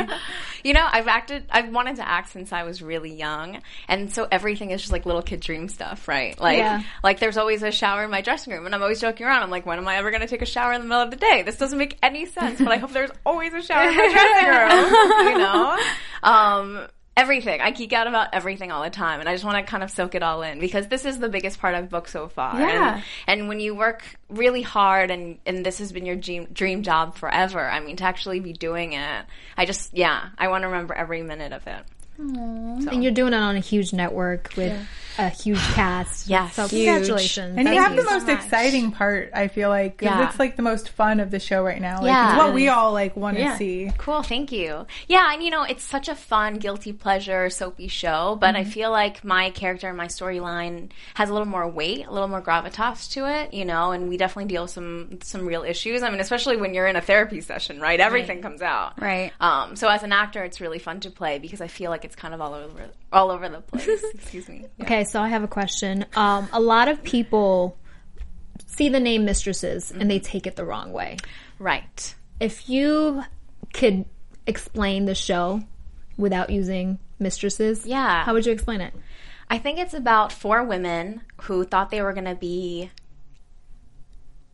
You know, I've acted, I've wanted to act since I was really young. And so everything is just like little kid dream stuff, right? Like,
Yeah.
like there's always a shower in my dressing room and I'm always joking around. I'm like, when am I ever going to take a shower in the middle of the day? This doesn't make any sense, but I hope there's always a shower in my dressing room, you know? Um, everything. I geek out about everything all the time and I just want to kind of soak it all in because this is the biggest part I've booked so far.
Yeah.
And, and when you work really hard and, and this has been your dream, dream job forever, I mean, to actually be doing it, I just, yeah, I want to remember every minute of it.
[laughs] And you're doing it on a huge network with a huge
[sighs]
cast.
Yes.
So
Huge.
congratulations.
And you
That's
have the most exciting part, I feel like. 'cause
Yeah.
It's like the most fun of the show right now. Like,
Yeah.
It's what we all like want to
Yeah.
see.
Cool, thank you. Yeah, and you know, it's such a fun, guilty pleasure, soapy show, but I feel like my character and my storyline has a little more weight, a little more gravitas to it, you know, and we definitely deal with some some real issues. I mean, especially when you're in a therapy session, right? Everything comes out.
Right.
Um, so as an actor, it's really fun to play because I feel like it's kind of all over all over the place. Excuse me.
Okay, so I have a question. Um, a lot of people see the name mistresses and they take it the wrong way.
Right.
If you could explain the show without using mistresses,
Yeah.
how would you explain it?
I think it's about four women who thought they were going to be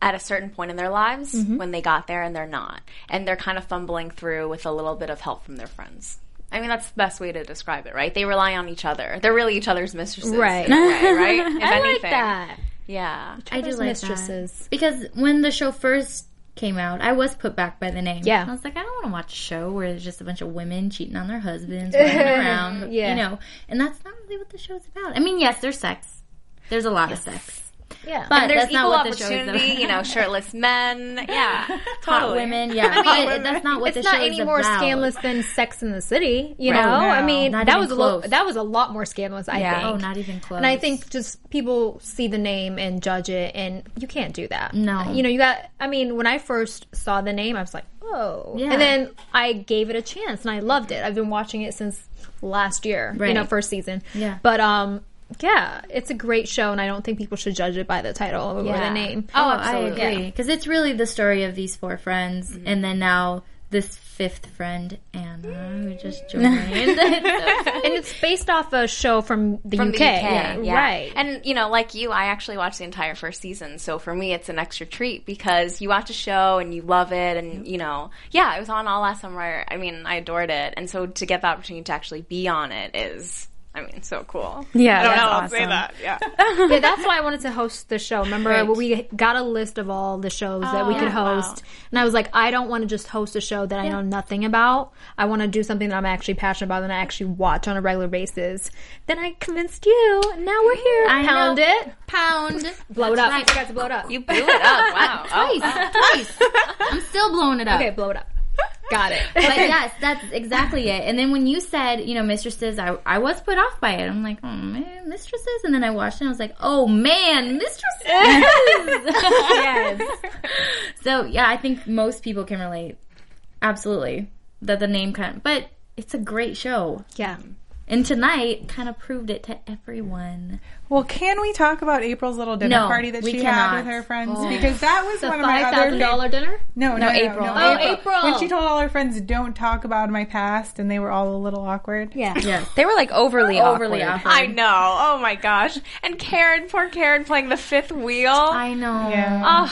at a certain point in their lives when they got there and they're not. And they're kind of fumbling through with a little bit of help from their friends. I mean, that's the best way to describe it, right? They rely on each other. They're really each other's mistresses. in a
Right.
way, right? If
I like
anything.
that.
Yeah.
I do
Those
like
mistresses.
that. because when the show first came out, I was put back by the name.
Yeah.
I was like, I don't want to watch a show where there's just a bunch of women cheating on their husbands,
[laughs]
running around,
Yeah.
you know. And that's not really what the show's about. I mean, yes, there's sex. There's a lot of sex,
Yeah.
but
There's
that's
equal
not what the show is
opportunity,
about.
you know, shirtless men. Yeah.
Hot women,
[laughs]
yeah. But that's not what
it's
the
not
show
any
is
more
about.
scandalous than Sex in the City, you
Right.
know.
Oh, no.
I mean,
Not
that
even
was a lo-
close.
that was a lot more scandalous. I
Yeah.
think.
Oh, not even close.
And I think just people see the name and judge it, and you can't do that.
No.
you know, you got. I mean, when I first saw the name, I was like, whoa.
Yeah.
And then I gave it a chance, and I loved it. I've been watching it since last year, you
Right.
know, first season.
Yeah.
but um. Yeah, it's a great show, and I don't think people should judge it by the title or the name.
Oh, I agree. Because it's really the story of these four friends,
Mm-hmm.
and then now this fifth friend, Anna, who just
[laughs]
joined. [laughs]
and it's based off a show from the
from
UK,
the UK. Yeah,
right?
And you know, like you, I actually watched the entire first season. So for me, it's an extra treat because you watch a show and you love it, and you know, yeah, it was on all last summer. I mean, I adored it, and so to get the opportunity to actually be on it is, I mean, so cool.
Yeah,
I don't
that's
know how to say
awesome.
that. Yeah.
yeah, that's why I wanted to host the show. Remember, we got a list of all the shows that we could host, and I was like, I don't want to just host a show that I know nothing about. I want to do something that I'm actually passionate about and I actually watch on a regular basis. Then I convinced you. and Now we're here.
I
Pound
know.
it.
pound.
Blow it up.
Right.
I forgot to blow it up.
You blew it up. Wow.
Twice, twice. I'm still blowing it up.
Okay, blow it up. [laughs] Got it.
But yes, that's exactly it. And then when you said, you know, mistresses, I, I was put off by it. I'm like, oh man, mistresses. And then I watched it and I was like, oh man, mistresses. yes. So yeah, I think most people can relate. Absolutely. That the name kind of, but it's a great show.
Yeah.
And tonight kind of proved it to everyone.
Well, can we talk about April's little dinner
No,
party that
we
she had
cannot.
with her friends? Because that was
The
one of my
five
other
thousand
fav-
dollar dinner.
No, no,
No,
no,
April.
no,
Oh,
April.
When she told all her friends, "Don't talk about my past," and they were all a little awkward.
Yeah.
They were like overly
Overly
awkward.
[laughs]
awkward.
I know. Oh my gosh. And Karen, poor Karen, playing the fifth wheel. I,
I know.
oh,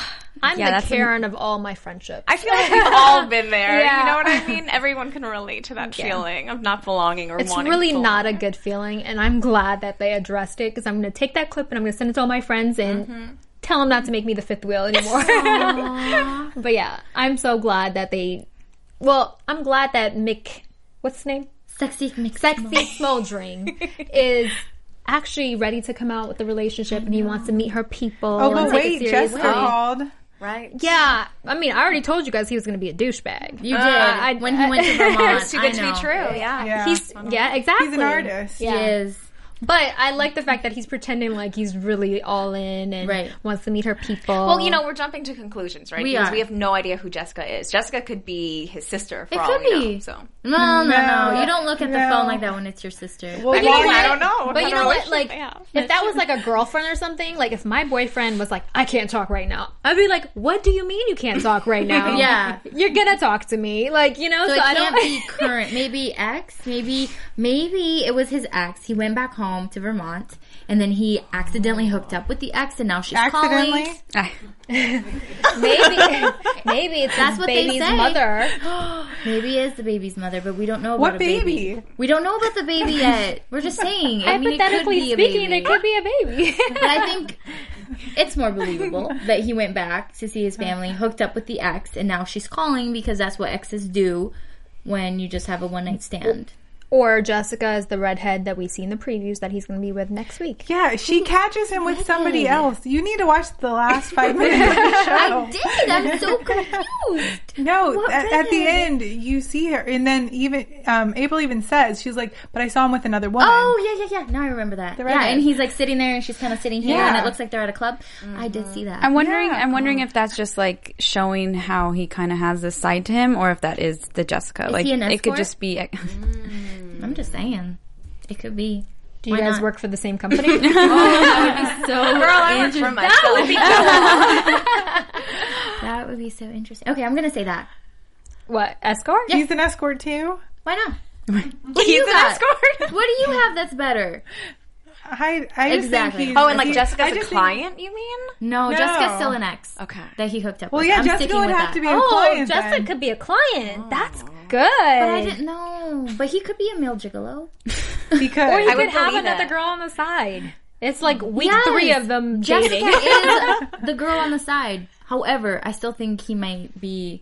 Ah, I'm
Yeah,
the
that's an-
Karen of all my friendships.
I feel like we've all been there. You
Yeah.
know what I mean? Everyone can relate to that feeling of not belonging or
It's
wanting.
really
to
not a good feeling, and I'm glad that they addressed it because I'm going to take that clip and I'm going to send it to all my friends and tell them not to make me the fifth wheel anymore. [laughs] but yeah, I'm so glad that they. Well, I'm glad that Mick, what's his name?
Sexy mix.
Sexy Smoldering is actually ready to come out with the relationship, and he wants to meet her people.
Oh,
and
but
take it
wait, Jessica
seriously.
called.
Right.
Yeah, I mean, I already told you guys he was going to be a douchebag.
You did.
I-
when
[laughs]
he went to Vermont.
Too
I
good to be
know.
true. Uh, Yeah.
Yeah.
He's yeah, exactly.
He's an artist.
He is.
But I like the fact that he's pretending like he's really all in and
Right.
wants to meet her people.
Well, you know, we're jumping to conclusions, right?
We
because
are.
we have no idea who Jessica is. Jessica could be his sister for
It
all
could
we know,
be.
So
No, no, no,
No.
You don't look at the
No.
phone like that when it's your sister.
Well,
I, mean,
why-
I don't know.
but
kind
you
of
know what?
relationship
Like,
they have.
if that was like a girlfriend or something, like if my boyfriend was like, "I can't talk right now," I'd be like, "What do you mean you can't talk right [laughs] now?
Yeah.
you're gonna talk to me, like you know." So,
so it
I
can't
don't. [laughs]
be current. Maybe ex. Maybe maybe it was his ex. He went back home to Vermont, and then he accidentally hooked up with the ex, and now she's
Accidentally?
calling.
[laughs] I-
[laughs] maybe, maybe it's that's
what they
baby's
say.
mother.
[gasps] Maybe it is the baby's mother, but we don't know about
What
a baby.
baby?
We don't know about the baby yet. We're just saying.
[laughs]
I mean, it could
Hypothetically
be a
speaking, it
baby.
could be a
[laughs]
baby.
But I think it's more believable that he went back to see his family, hooked up with the ex, and now she's calling because that's what exes do when you just have a one night stand.
or Jessica is the redhead that we see in the previews that he's going to be with next week.
Yeah, she catches him with somebody else. You need to watch the last
[laughs]
five minutes of the show.
Dang, I'm
[laughs]
so confused.
No,
What
at, at the
did?
end you see her, and then even um, April even says she's like, "But I saw him with another woman."
Oh yeah, yeah, yeah. Now I remember that. Yeah,
redhead.
and he's like sitting there, and she's kind of sitting here, and
Yeah. Mm-hmm.
it looks like they're at a club. I did see that.
I'm wondering. I'm wondering if that's just like showing how he kind of has this side to him, or if that is the Jessica. like
he an
it could
escort?
just be. [laughs]
I'm just saying, it could be.
Do you
Why
guys
not?
work for the [laughs] same company?
So
[laughs]
I work for myself.
that would be so interesting. Okay, I'm gonna say that.
what escort?
He's an escort too.
Why
[laughs]
not?
He's
you
an
got?
escort.
What do you have that's better?
I, I just
Exactly.
think he's,
Oh, and like
he- I
Jessica's a
just think-
client, you mean?
No,
No.
Jessica's still an ex.
Okay.
That he hooked up
Well,
with.
yeah,
I'm
Jessica
sticking
would
with
have
that.
to be a
Oh,
client.
Jessica
then.
could be a client. Oh. That's good.
But I didn't know. But he could be a
[laughs]
male gigolo.
He could.
Or you
would
could have
believe
another
it.
girl on the side. It's like week
Yes.
three of them
Jessica
dating. [laughs]
is the girl on the side. However, I still think he might be.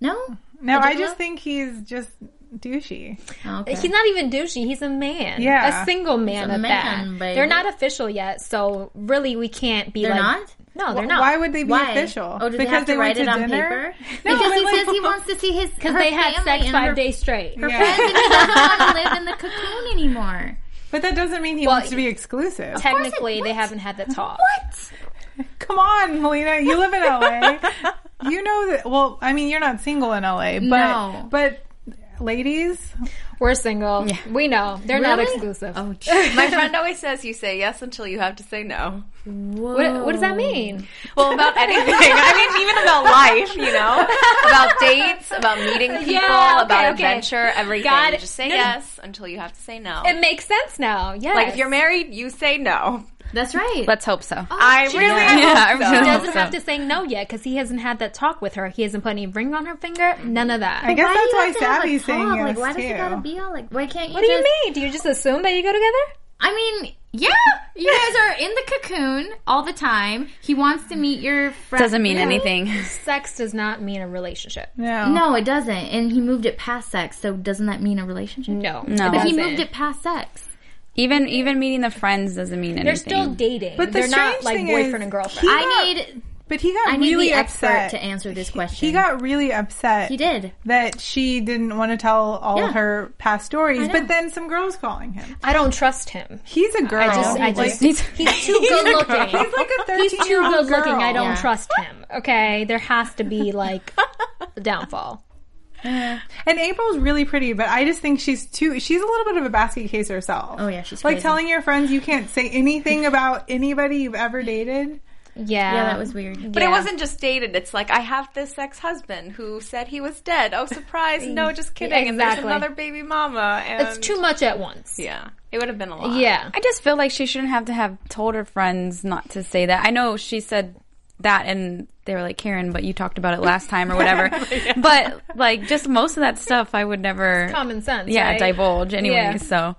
No.
no, I
gigolo?
just think he's just douchey.
Okay.
He's not even douchey. He's a man.
Yeah.
A single man
a
at
man,
that.
baby.
They're not official yet, so really we can't be
They're
like.
not.
No, they're not.
Why would they be
Why?
official?
Oh, do they
because
have to
went
write it on
dinner?
[laughs]
paper?
No,
because
but
he
like-
says he
[laughs]
wants to see his because
They had sex five
her,
days straight.
Her
Yeah.
friends, and he doesn't
[laughs]
want to live in the cocoon anymore.
But that doesn't mean he wants to be exclusive.
Technically, they haven't had the talk.
Come on, Melina, you live in LA. you know that. Well, I mean, you're not single in LA, but
No.
but ladies,
We're single. We know they're not
Really?
exclusive.
Oh, jeez.
[laughs] My friend always says you say yes until you have to say no.
What, what does that mean?
Well, about anything. I mean, even about life, you know, about dates, about meeting people,
Yeah, okay,
about
okay.
adventure, everything.
Got
You
it.
just say
No.
yes until you have to say no.
It makes sense now. Yeah,
like if you're married, you say no.
That's right.
[laughs] Let's hope so.
I really
[laughs] Yeah,
hope so.
I'm
He
just-
doesn't have to say no yet because he hasn't had that talk with her. He hasn't put any ring on her finger. None of that.
I guess
why do
that's
you have
why
to have
Savvy's
a
saying
talk?
yes
Like, why
too.
does it gotta be all like? Why can't you?
what do you
just-
mean? Do you just assume that you go together?
I mean, yeah,
[laughs]
you guys are in the cocoon all the time. He wants to meet your friend.
Doesn't mean anything. [laughs]
Sex does not mean a relationship.
no,
No, it doesn't. And he moved it past sex, so doesn't that mean a relationship?
No,
No.
But he
doesn't.
moved it past sex.
Even even meeting the friends doesn't mean anything.
They're still dating.
But the
They're not
strange
like
thing
boyfriend
is,
and girlfriend.
he
I
got-
need-
But he got
I need
really
the expert
upset
to answer this
He-
question.
He got really upset.
He did.
that she didn't want to tell all
Yeah.
her past stories.
know.
But then some girls calling him.
I don't trust him.
He's a girl.
I just, I
Like,
just, [laughs] he's, too good looking.
He's like a
He's too
13-year-old
good looking. I don't
Yeah.
trust him. Okay, there has to be [laughs] like a downfall.
And April's really pretty, but I just think she's too. She's a little bit of a basket case herself.
Oh, yeah, she's
like
crazy.
telling your friends you can't say anything about anybody you've ever dated.
Yeah,
Yeah, that was weird.
But it wasn't just dated. It's like I have this ex-husband who said he was dead. Oh, surprise! No, just kidding. And there's
Exactly.
another baby mama. And
It's too much at once.
Yeah, it would have been a lot.
Yeah.
I just feel like she shouldn't have to have told her friends not to say that. I know she said that and they were like, Karen, but you talked about it last time or whatever. But like just most of that stuff I would never
common sense,
Yeah,
right?
divulge anyway.
Yeah.
So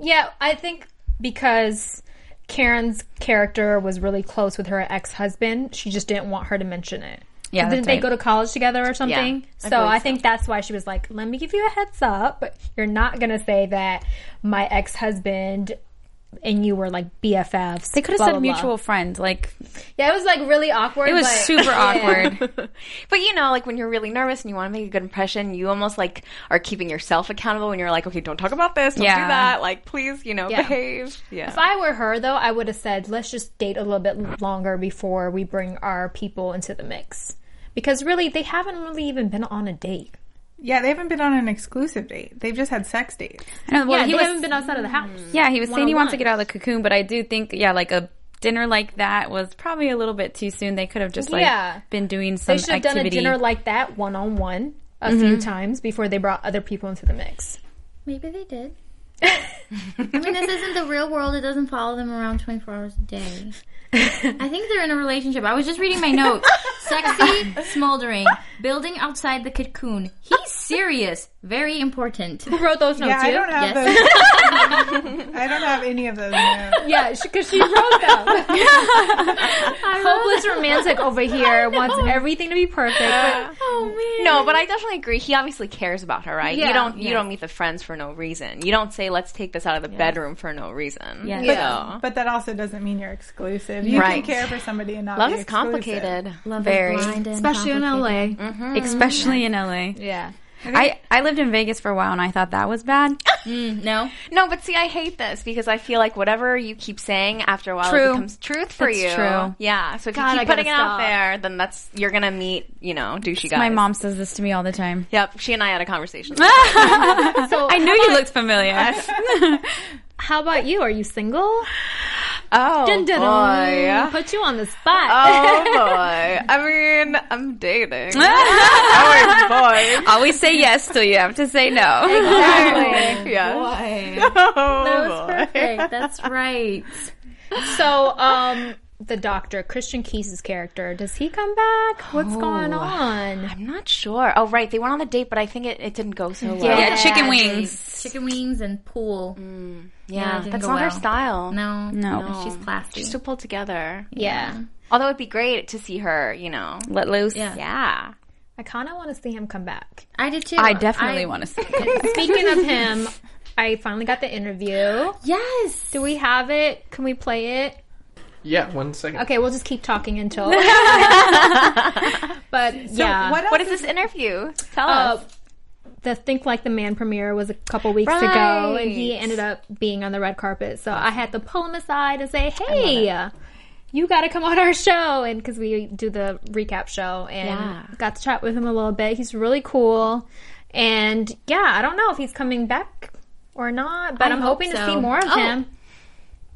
Yeah, I think because Karen's character was really close with her ex husband, she just didn't want her to mention it.
Yeah,
Didn't
that's
they
right.
go to college together or something?
I
so
believe
I, think that's why she was like, let me give you a heads up. But you're not going to say that my ex husband and you were like BFFs.
they could have
blah,
said
blah, blah."
mutual friend. Like
Yeah, it was like really awkward.
it was
but- [laughs]
super
Yeah.
awkward.
[laughs] But you know, like when you're really nervous and you want to make a good impression, you almost like are keeping yourself accountable. And you're like, okay, don't talk about this. Don't do
Yeah.
that. Like, please, you know,
Yeah.
behave. Yeah.
If I were her, though, I would have said, let's just date a little bit longer before we bring our people into the mix. Because really, they haven't really even been on a date.
Yeah, they haven't been on an exclusive date. They've just had sex dates.
I know, well,
yeah,
he
they
was Hmm.
haven't been outside of the house.
Yeah, he was saying he wants to
One-on-one.
get out of the cocoon, but I do think yeah, like a dinner like that was probably a little bit too soon. They could have just like
Yeah.
been doing
They
some
should have
activity.
done a dinner like that, one on one, a few times before they brought other people into the mix.
Maybe they did. I mean, this isn't the real world. It doesn't follow them around 24 hours a day. I think they're in a relationship. I was just reading my notes. Sexy, smoldering, building outside the cocoon. He's serious. Very important.
Who wrote those notes?
Yeah, I
you?
don't have those. I don't have any of those. No.
Yeah, because she, wrote them. [laughs] Hopeless romantic over here wants everything to be perfect. but-
no, but I definitely agree. He obviously cares about her, right?
Yeah.
you don't you
Yeah.
don't meet the friends for no reason. You don't say let's take this out of the bedroom for no reason.
Yeah.
So,
But that also doesn't mean you're exclusive. You
Right.
can care for somebody and not
love
be
is
exclusive.
complicated.
very, Mm-hmm.
Especially in LA.
especially in LA.
yeah.
I, I lived in Vegas for a while and I thought that was
[laughs]
bad.
Mm,
No?
No, but see, I hate this because I feel like whatever you keep saying, after a while,
True.
it becomes truth for
It's
you.
true.
Yeah. So if
God,
you
I
keep
gotta
putting it out
stop.
there, then that's you're gonna meet, you know, douchey guys.
My mom says this to me all the time.
[laughs]
Yep. She and I had a conversation.
So
I knew you looked familiar. [laughs]
[laughs] How about you? Are you single?
oh
Dun, dun, dun.
boy.
Put you on the spot.
Oh boy. I mean, I'm dating. oh boy.
Always say yes till you have to say no.
Exactly.
Yeah.
That was perfect. That's right.
so, um, the doctor, Christian Keys' character, does he come back? What's going on?
I'm not sure. Oh right, they went on the date, but I think it, it didn't go so well.
Yeah, chicken wings.
Chicken wings and pool. it
Yeah,
didn't
that's
go
not her
well.
style.
No.
No.
She's classy.
She's too pulled together.
Yeah.
Although it'd be great to see her, you know.
Let loose.
Yeah.
I kind of want to see him come back.
I did too.
I definitely want
[laughs]
to see it.
Speaking of him, I finally got the interview.
Yes.
Do we have it? Can we play it?
Yeah, one second.
Okay, we'll just keep talking until. [laughs] but yeah,
What else?
What is this interview? Tell
Uh,
us.
the Think Like the Man premiere was a couple weeks ago, and he ended up being on the red carpet. So I had to pull him aside and say, "Hey, uh, you got to come on our show," and because we do the recap show, and
Yeah.
got to chat with him a little bit. He's really cool, and yeah, I don't know if he's coming back or not, but
I
I'm
hope
hoping to
so.
see more of
Oh.
him.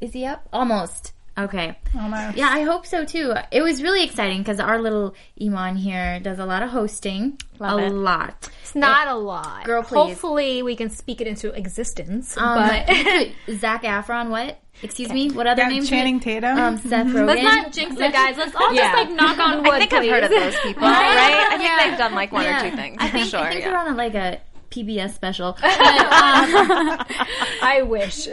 Is he up? Almost. Okay.
Oh,
Almost. Yeah, I hope so too. It was really exciting because our little Iman here does a lot of hosting. a lot.
It's not a lot.
Girl, please.
Hopefully, we can speak it into existence. [laughs]
Um, [laughs]
but
Zach Afron, what? Excuse me? What other
Yeah,
names?
Channing Tatum.
Um, Seth Rogen.
let's not jinx it, guys. Let's all
Yeah.
just like knock on wood.
I think I've heard of those people, right? I think
Yeah.
they've done like one or two things.
I think,
sure.
I think
yeah.
they're on a, like a
[laughs]
PBS special. But, um,
[laughs] I wish.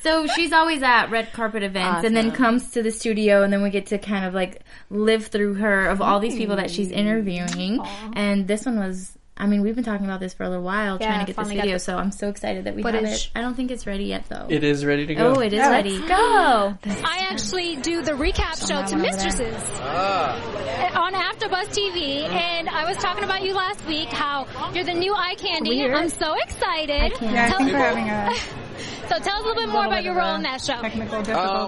So she's always at red carpet events and then comes to the studio and then we get to kind of like live through her of all these people that she's interviewing. And this one was I mean, we've been talking about this for a little while,
Yeah,
trying to get this
finally got
video.
the
so I'm so excited that we have
footage.
it. I don't think it's ready yet, though.
It is ready to go.
oh, it
[laughs]
is ready.
Go. I actually do the recap show to mistresses on AfterBuzz TV, and I was talking about you last week how you're the new eye candy. I'm so excited.
Yeah, I
Tell-
think we're having a
so tell us a little bit more about your role in that show.
technical
Um,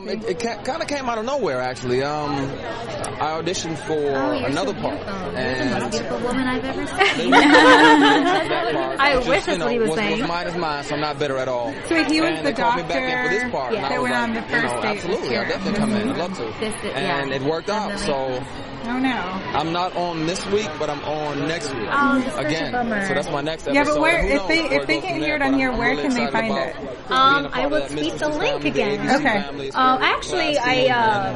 difficulty.
it, it kind of came out of nowhere, actually. Um, I auditioned for another part, and
Beautiful woman I've ever seen.
I
wish that's what he was saying.
mine is mine, so I'm not bitter at all.
So he was
and
the
they called me back in for
doctor
this part, and I
that
was
went
like,
on the
you
first
know,
date with
absolutely, I'll
Karen.
definitely come in. I'd love to.
This- yeah.
and it worked out, so
oh no.
I'm not on this week, but I'm on next week
Um,
that's such a
[laughs] again.
bummer.
So that's my next episode.
Yeah, but where-
and who
if they-
knows where
if they
goes
can
from
hear it
there,
on
but
here,
I'm
where
really
can they
excited
find
about
it?
being a
Um,
part
I
of
will
that
tweet
Mississippi
the link
family,
again.
ABC
Okay.
family, it's
Um,
really
actually, I,
classy
uh,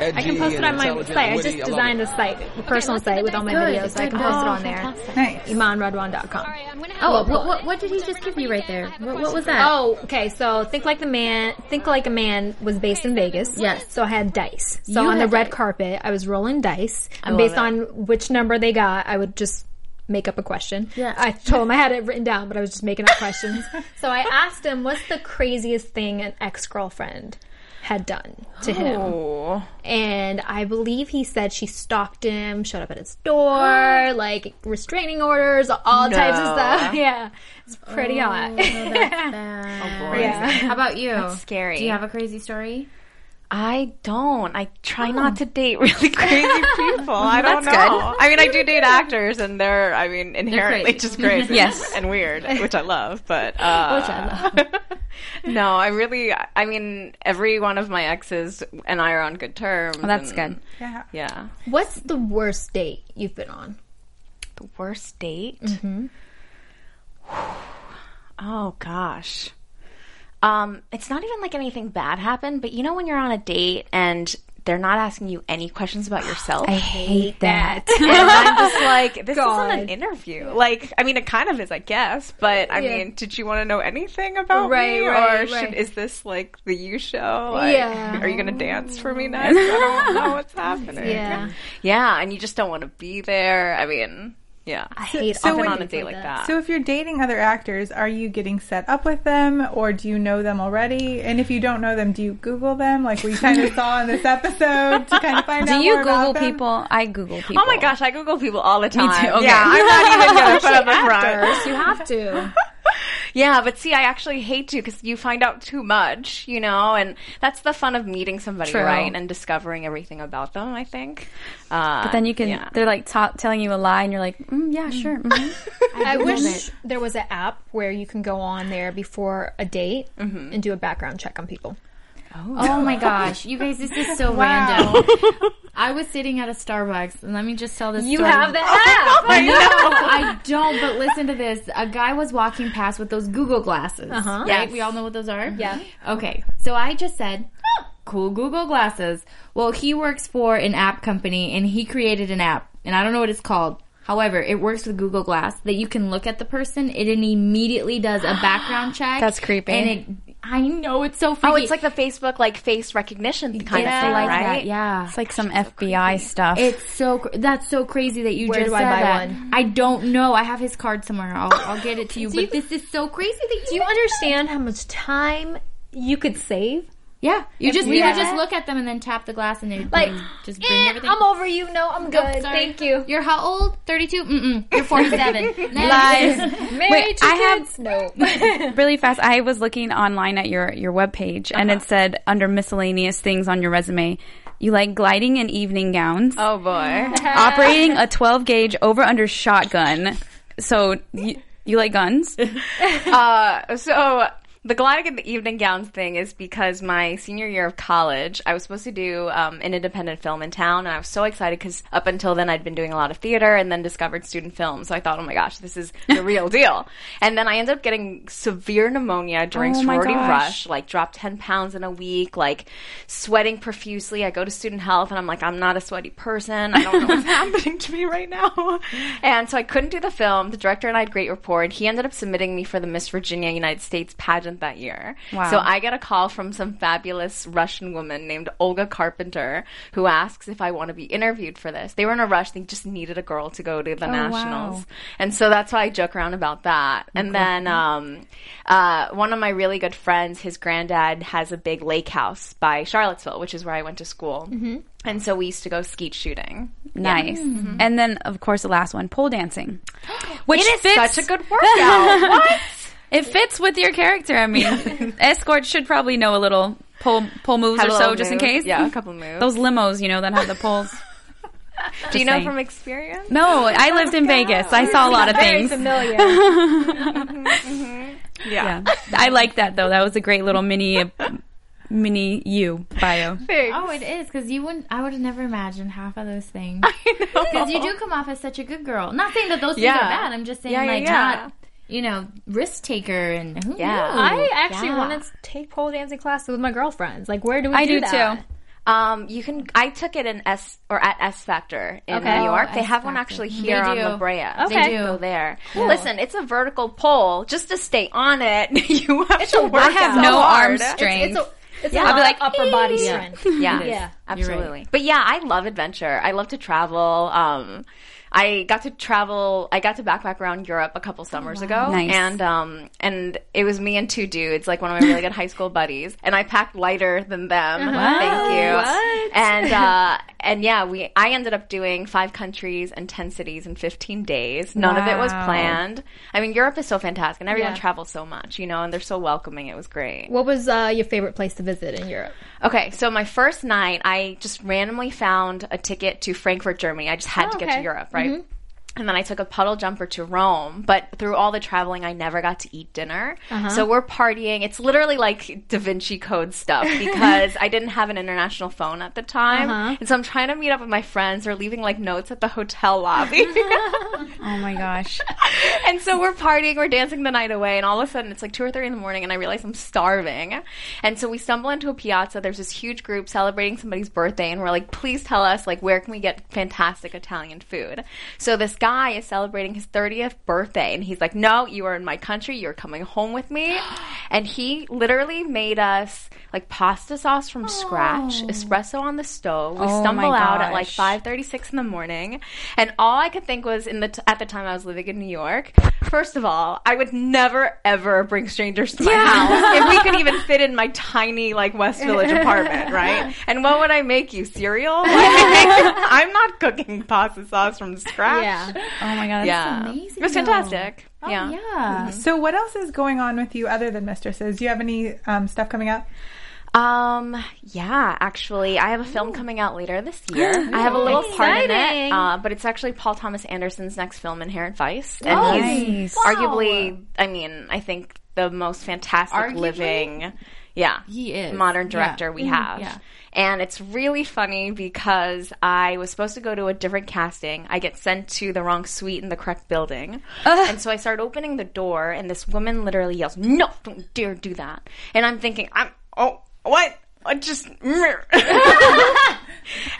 and
I can
edgy
post it
and
on my
intelligent
site. I
and
just
witty. love
designed
it.
a site, a personal site with all my
Good,
videos, so I
good.
can post it
Oh,
on there.
Nice.
ImanRadwan.com.
Oh, what, what, what did he just give you right there? What, what was that?
Oh, okay. So think like the man. Think like a man was based in Vegas.
Yes.
So I had dice. So
You
on the
had
red
dice.
carpet, I was rolling dice, and
love
based
it.
on which number they got, I would just make up a question.
Yeah.
I told him I had it written down, but I was just making up
[laughs]
questions. so I asked him, "What's the craziest thing an ex girlfriend?" Had done to him,
Oh.
and I believe he said she stalked him, showed up at his
[gasps]
door, like restraining orders, all types of stuff. [laughs] Yeah, it's pretty
Oh,
hot.
Oh,
How about you?
Scary.
Do you have a crazy story?
I don't. I try not to
[laughs]
date really crazy people.
I don't know. I mean, I do date actors, and they're, I mean, inherently
crazy.
just crazy yes. and weird, which I love. But uh, which I love. [laughs] no, I really, I mean, every one of my exes and I are on good terms.
Well, that's
and-
good.
Yeah.
Yeah,
What's the worst date you've been on?
The worst date?
Mm-hmm.
Oh gosh. Um, it's not even like anything bad happened, but you know when you're on a date and they're not asking you any questions about yourself.
[laughs]
hate [laughs] that.
and I'm just like, this
God.
isn't an interview.
like I mean, it kind of is, I guess. But I
Yeah.
mean, did you want to know anything about
Right,
me,
right,
or should,
right.
is this like the you show? Like,
Yeah.
Are you gonna dance for me next? I don't know what's
[laughs]
happening.
Yeah.
Yeah, and you just don't want to be there. I mean, yeah.
I hate
so
all
Even
when-
on a date like that.
So if you're dating other actors, are you getting set up with them or do you know them already? And if you don't know them, do you Google them like we kind
[laughs]
of saw in this episode to kind of find
Do
out
you
more about
Google
them?
people? I Google people.
Oh my gosh, I Google people all the time.
too, okay.
Yeah, I'm not even gonna put up a front.
You have to.
[laughs] Yeah, but see, I actually hate to because you find out too much, you know, and that's the fun of meeting somebody,
True.
right? And discovering everything about them. I think. Uh,
But then
[laughs]
you can.
yeah. Mm-hmm.
They're like ta- telling you a lie, and you're like, mm, yeah, sure. mhm."
I wish there was an app where you can go on there before a date and do a background check on people.
Oh my gosh, you guys, this is so random. I was sitting at a Starbucks, and let me just tell this. story.
that app.
I know. [laughs] I don't, but listen to this. A guy was walking past with those Google glasses. Right?
Yes.
We all know what those are?
Yeah.
Okay. So I just said, "Huh, cool Google glasses. Well, he works for an app company and he created an app, and I don't know what it's called. However, it works with Google Glass that you can look at the person. It immediately does a background check.
That's creepy.
And it, I know it's so freaky.
Oh, it's like the Facebook like face recognition kind
yeah,
of thing,
like
right?
that, yeah.
[laughs] It's like some FBI stuff.
It's so cr- that's so crazy that you
Where
just
do I
said
buy
that.
one?
I don't know. I have his card somewhere. I'll, I'll get it to you.
Do
but
you-
this is so crazy that you.
Do you understand how much time you could save?
Yeah, you just you
yeah.
would just look at them and then tap the glass and they
Like,
just bring
eh,
everything.
I'm over you. No, I'm good.
Nope, sorry.
Thank [laughs] you.
You're how old? Thirty-two. Mm-mm. You're forty-seven.
Lies.
[laughs] Married
Wait,
to
I have-
kids? [laughs] No.
[laughs] really fast. I was looking online at your your webpage, and
Uh-huh.
it said under miscellaneous things on your resume, you like gliding in evening gowns,
oh boy. [laughs]
operating a 12 gauge over under shotgun. So you, you
[laughs]
like guns?
Uh, so the gliding in the evening gowns thing is because my senior year of college, I was supposed to do um, an independent film in town, and I was so excited because up until then I'd been doing a lot of theater and then discovered student film. So I thought, oh my gosh, this is the
[laughs]
real deal. And then I ended up getting severe pneumonia during
Oh my
sorority
gosh.
rush, like dropped 10 pounds in a week, like sweating profusely. I go to student health and I'm like, I'm not a sweaty person. I don't know what's happening to me right now. And so I couldn't do the film. The director and I had great rapport. He ended up submitting me for the Miss Virginia United States pageant event that year.
Wow.
So I get a call from some fabulous Russian woman named Olga Carpenter who asks if I want to be interviewed for this. They were in a rush; they just needed a girl to go to the
Oh, wow.
nationals, and so that's why I joke around about that. And then um, uh, one of my really good friends, his granddad has a big lake house by Charlottesville, which is where I went to school,
Mhm.
and so we used to go skeet shooting.
Nice. And then, of course, the last one,
[gasps]
pole dancing, which
Mm-hmm. It is
fits-
such a good
[laughs]
workout. What?
It fits with your character.
[laughs]
I mean, escort should probably know a little pole pole moves
Have
or
a
so,
little
just in
move.
case.
Yeah, a couple moves.
Those limos, you know, that have the poles.
Do you
Just
know
saying.
from experience?
No, I lived in Vegas. I saw a lot of
Oh [laughs] Very
things. [laughs]
familiar. Mm-hmm,
Yeah. I like that though. That was a great little mini uh, mini you bio.
[laughs]
[laughs]
Oh, it is because you wouldn't. I would have never imagined half of those things. [laughs]
Oh
Because you do come off as such a good girl. Not saying that those things
Yeah.
are bad. I'm just saying,
Yeah, yeah,
like,
yeah.
not you know, risk taker and who knew?
I actually
Yeah.
want to take pole dancing classes with my girlfriends. Like, where do we
I
do,
do,
that?
too.
Um, you can. I took it in S or at S Factor in
Okay.
New York.
Oh,
They
S
have one
Factor.
actually
They
here on
do.
La Brea.
Okay.
They
They
do
do.
go there.
Cool.
Listen, it's a vertical pole. Just to stay on it, [laughs] you have to work.
I have
so
no
hard.
arm strength.
it's
a lot of upper body
"Ee." [laughs]
strength.
Yeah,
It is.
yeah,
You're right.
absolutely. But yeah, I love adventure. I love to travel. Um, I got to travel. I got to backpack around Europe a couple summers ago,
Nice.
and um, and it was me and two dudes, like one of my
[laughs]
really good high school buddies, and I packed lighter than them.
Uh-huh.
Thank you.
What?
And uh, and yeah, we I ended up doing five countries and ten cities in fifteen days. None of it was
Wow.
planned. I mean, Europe is so fantastic, and everyone
Yeah.
travels so much, you know, and they're so welcoming. It was great.
What was uh, your favorite place to visit in Europe?
Okay, so my first night, I just randomly found a ticket to Frankfurt, Germany. I just had
Oh,
to get
okay.
to Europe, right?
Mhm.
And then I took a puddle jumper to Rome, but through all the traveling, I never got to eat dinner.
Uh-huh.
So we're partying. It's literally like Da Vinci Code
[laughs]
stuff because I didn't have an international phone at the time.
Uh-huh.
And so I'm trying to meet up with my friends. They're leaving like notes at the
[laughs]
hotel lobby.
Oh my gosh.
[laughs] and so we're partying, we're dancing the night away, and all of a sudden it's like two or three in the morning, and I realize I'm starving. And so we stumble into a piazza. There's this huge group celebrating somebody's birthday, and we're like, "Please tell us, like, where can we get fantastic Italian food?" So this guy is celebrating his 30th birthday, and he's like, "No, you are in my country. You're coming home with
[gasps]
me." And he literally made us like pasta sauce from scratch, espresso on the stove. We
Oh my
stumble out at
gosh.
like five thirty six in the morning, and all I could think was in the t- at the time I was living in New York. First of all, I would never ever bring strangers to my house if we could even fit in my tiny like West
[laughs]
Village apartment, right? And what would I make you cereal? Like, I'm not cooking pasta sauce from scratch.
Yeah.
Oh my
that's
god,
yeah,
amazing,
it was fantastic.
Oh,
yeah, Mhm.
So, what else is going on with you other than mistresses? Do you have any um, stuff coming up?
Um, yeah, actually, I have a film coming out later this
[gasps]
year. I have a little part in it,
Exciting.
uh, but it's actually Paul Thomas Anderson's next film, Inherent Vice, and
Oh,
he's
nice.
arguably, I mean, I think the most fantastic
Arguably?
living, yeah,
He is.
modern
Yeah.
director we
Mhm.
have.
Yeah.
And it's really funny because I was supposed to go to a different casting. I get sent to the wrong suite in the correct building. And so I start opening the door, and this woman literally yells, No, don't dare do that. And I'm thinking, I'm, oh, what? I just. [laughs]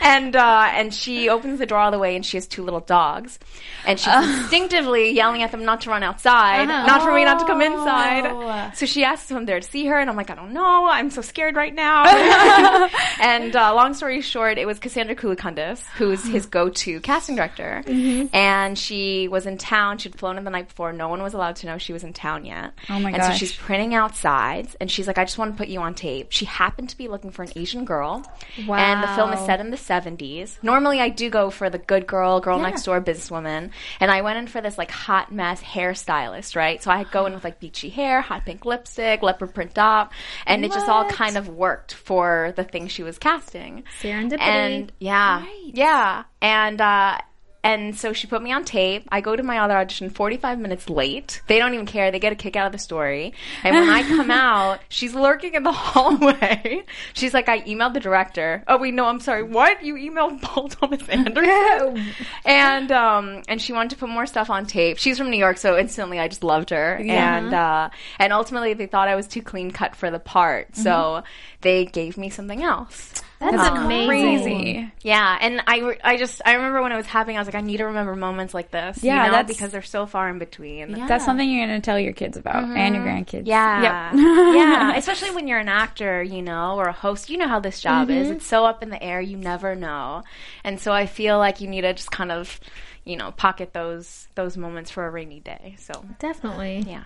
and uh, and she opens the door all the way, and she has two little dogs, and
Uh.
she's instinctively yelling at them not to run outside,
Uh-huh.
not for me not to come
Oh.
inside. So she asks if I'm there to see her, and I'm like, I don't know, I'm so scared right
[laughs]
now. [laughs] and uh, long story short, it was Cassandra Koulakandis, who's his go-to casting director,
Mm-hmm.
Mhm.
and she was in town. She'd flown in the night before. No one was allowed to know she was in town yet.
Oh my
And so
gosh.
she's printing out sides, and she's like, I just want to put you on tape. She happened to be looking for an Asian girl.
Mm-hmm.
And the film is
Wow.
set in the 70s. Normally, I do go for the good girl, girl
Yeah.
next door businesswoman. And I went in for this like hot mess hairstylist, right? So I go in with like beachy hair, hot pink lipstick, leopard print top. And it just all
What?
kind of worked for the thing she was casting.
Serendipity.
And yeah. Yeah. And, uh, and so she put me on tape. I go to my other audition 45 minutes late. They don't even care. They get a kick out of the story. And when I come out, she's lurking in the [laughs] hallway. She's like, I emailed the director. Oh, wait, no, I'm sorry. What? You emailed [laughs] Paul Thomas Anderson? and, um, and she wanted to put more stuff on tape. She's from New York, so instantly I just loved her.
Yeah.
And, uh, and ultimately they thought I was too clean cut for the part. So they gave me something else.
That's
Um,
amazing.
Yeah, and I, re- I just I remember when I was having I was like I need to remember moments like this.
Yeah,
you know,
that's-
because they're so far in between.
That's something you're going to tell your kids about and your
Mhm.
grandkids.
Yeah.
Yep.
[laughs]
[laughs]
yeah. Especially when you're an actor, you know, or a host. You know how this job is.
Mhm.
It's so up in the air, you never know. And so I feel like you need to just kind of, you know, pocket those those moments for a rainy day. So
Definitely.
Yeah.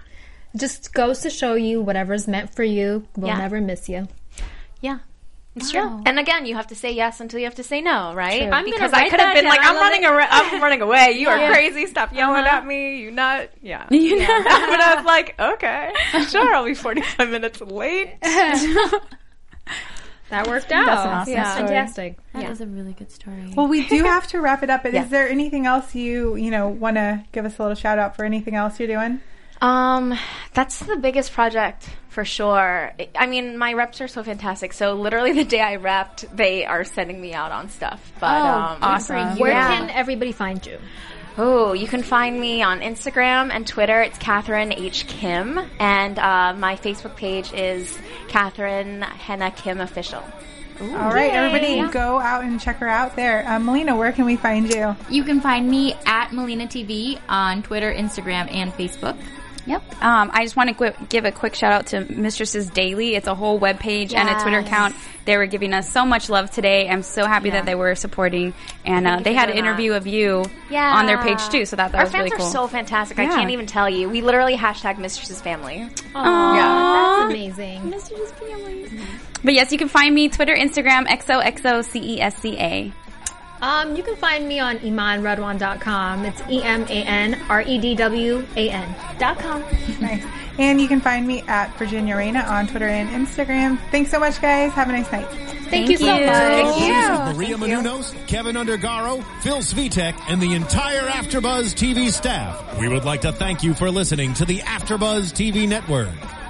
Just goes to show you whatever's meant for you will
Yeah.
never miss you.
Yeah. It's true. And again, you have to say yes until you have to say no, right?
True. I'm gonna
because
write
I could
that
have been
down.
like,
I
I'm
love
running,
it.
ar- I'm running away. [laughs] You
Yeah.
are crazy. Stop yelling
Uh-huh.
at me. [laughs] You not. Yeah.
You
yeah.
know.
but I was like, okay, sure. I'll be [laughs] 45 minutes late.
That worked
out.
That's an awesome
yeah.
story.
Fantastic.
That
yeah.
was a really good story.
Well, we do have to wrap it up. But
Yeah.
is there anything else you you know want to give us a little shout out for? Anything else you're doing?
Um, that's the biggest project for sure. I- I mean, my reps are so fantastic. So literally the day I repped, they are sending me out on stuff. But
Oh,
um,
good for you. Where can everybody find you?
Oh, you can find me on Instagram and Twitter. It's Catherine H Kim, and uh, my Facebook page is Catherine Henna Kim Official.
All right, everybody, go out and check her out there. Um, Melina, where can we find you?
You can find me at Melina TV on Twitter, Instagram, and Facebook.
Yep. Um, I just want to qu- give a quick shout out to Mistresses Daily. It's a whole web page and a Twitter
Yes.
account. They were giving us so much love today. I'm so happy that they were supporting, and
Thank
uh,
you
they
for
had an
doing that.
interview of you
Yeah.
on their page too. So that that
Our
was
fans
really cool.
are so fantastic. I
Yeah.
can't even tell you. We literally hashtag Mistress's Family.
Aw,
Yeah.
that's
amazing.
Mistress's Family. But yes, you can find me Twitter, Instagram, E XOXOCESCA.
Um, you can find me on imanredwan.com. It's E M A N R E D W A N dot com.
Nice. And you can find me at Virginia Reina on Twitter and Instagram. Thanks so much, guys. Have a nice night.
Thank you so much.
Oh, Thank you.
Maria Menounos, Kevin Undergaro, Phil Svitek, and the entire AfterBuzz TV staff. We would like to thank you for listening to the AfterBuzz TV Network.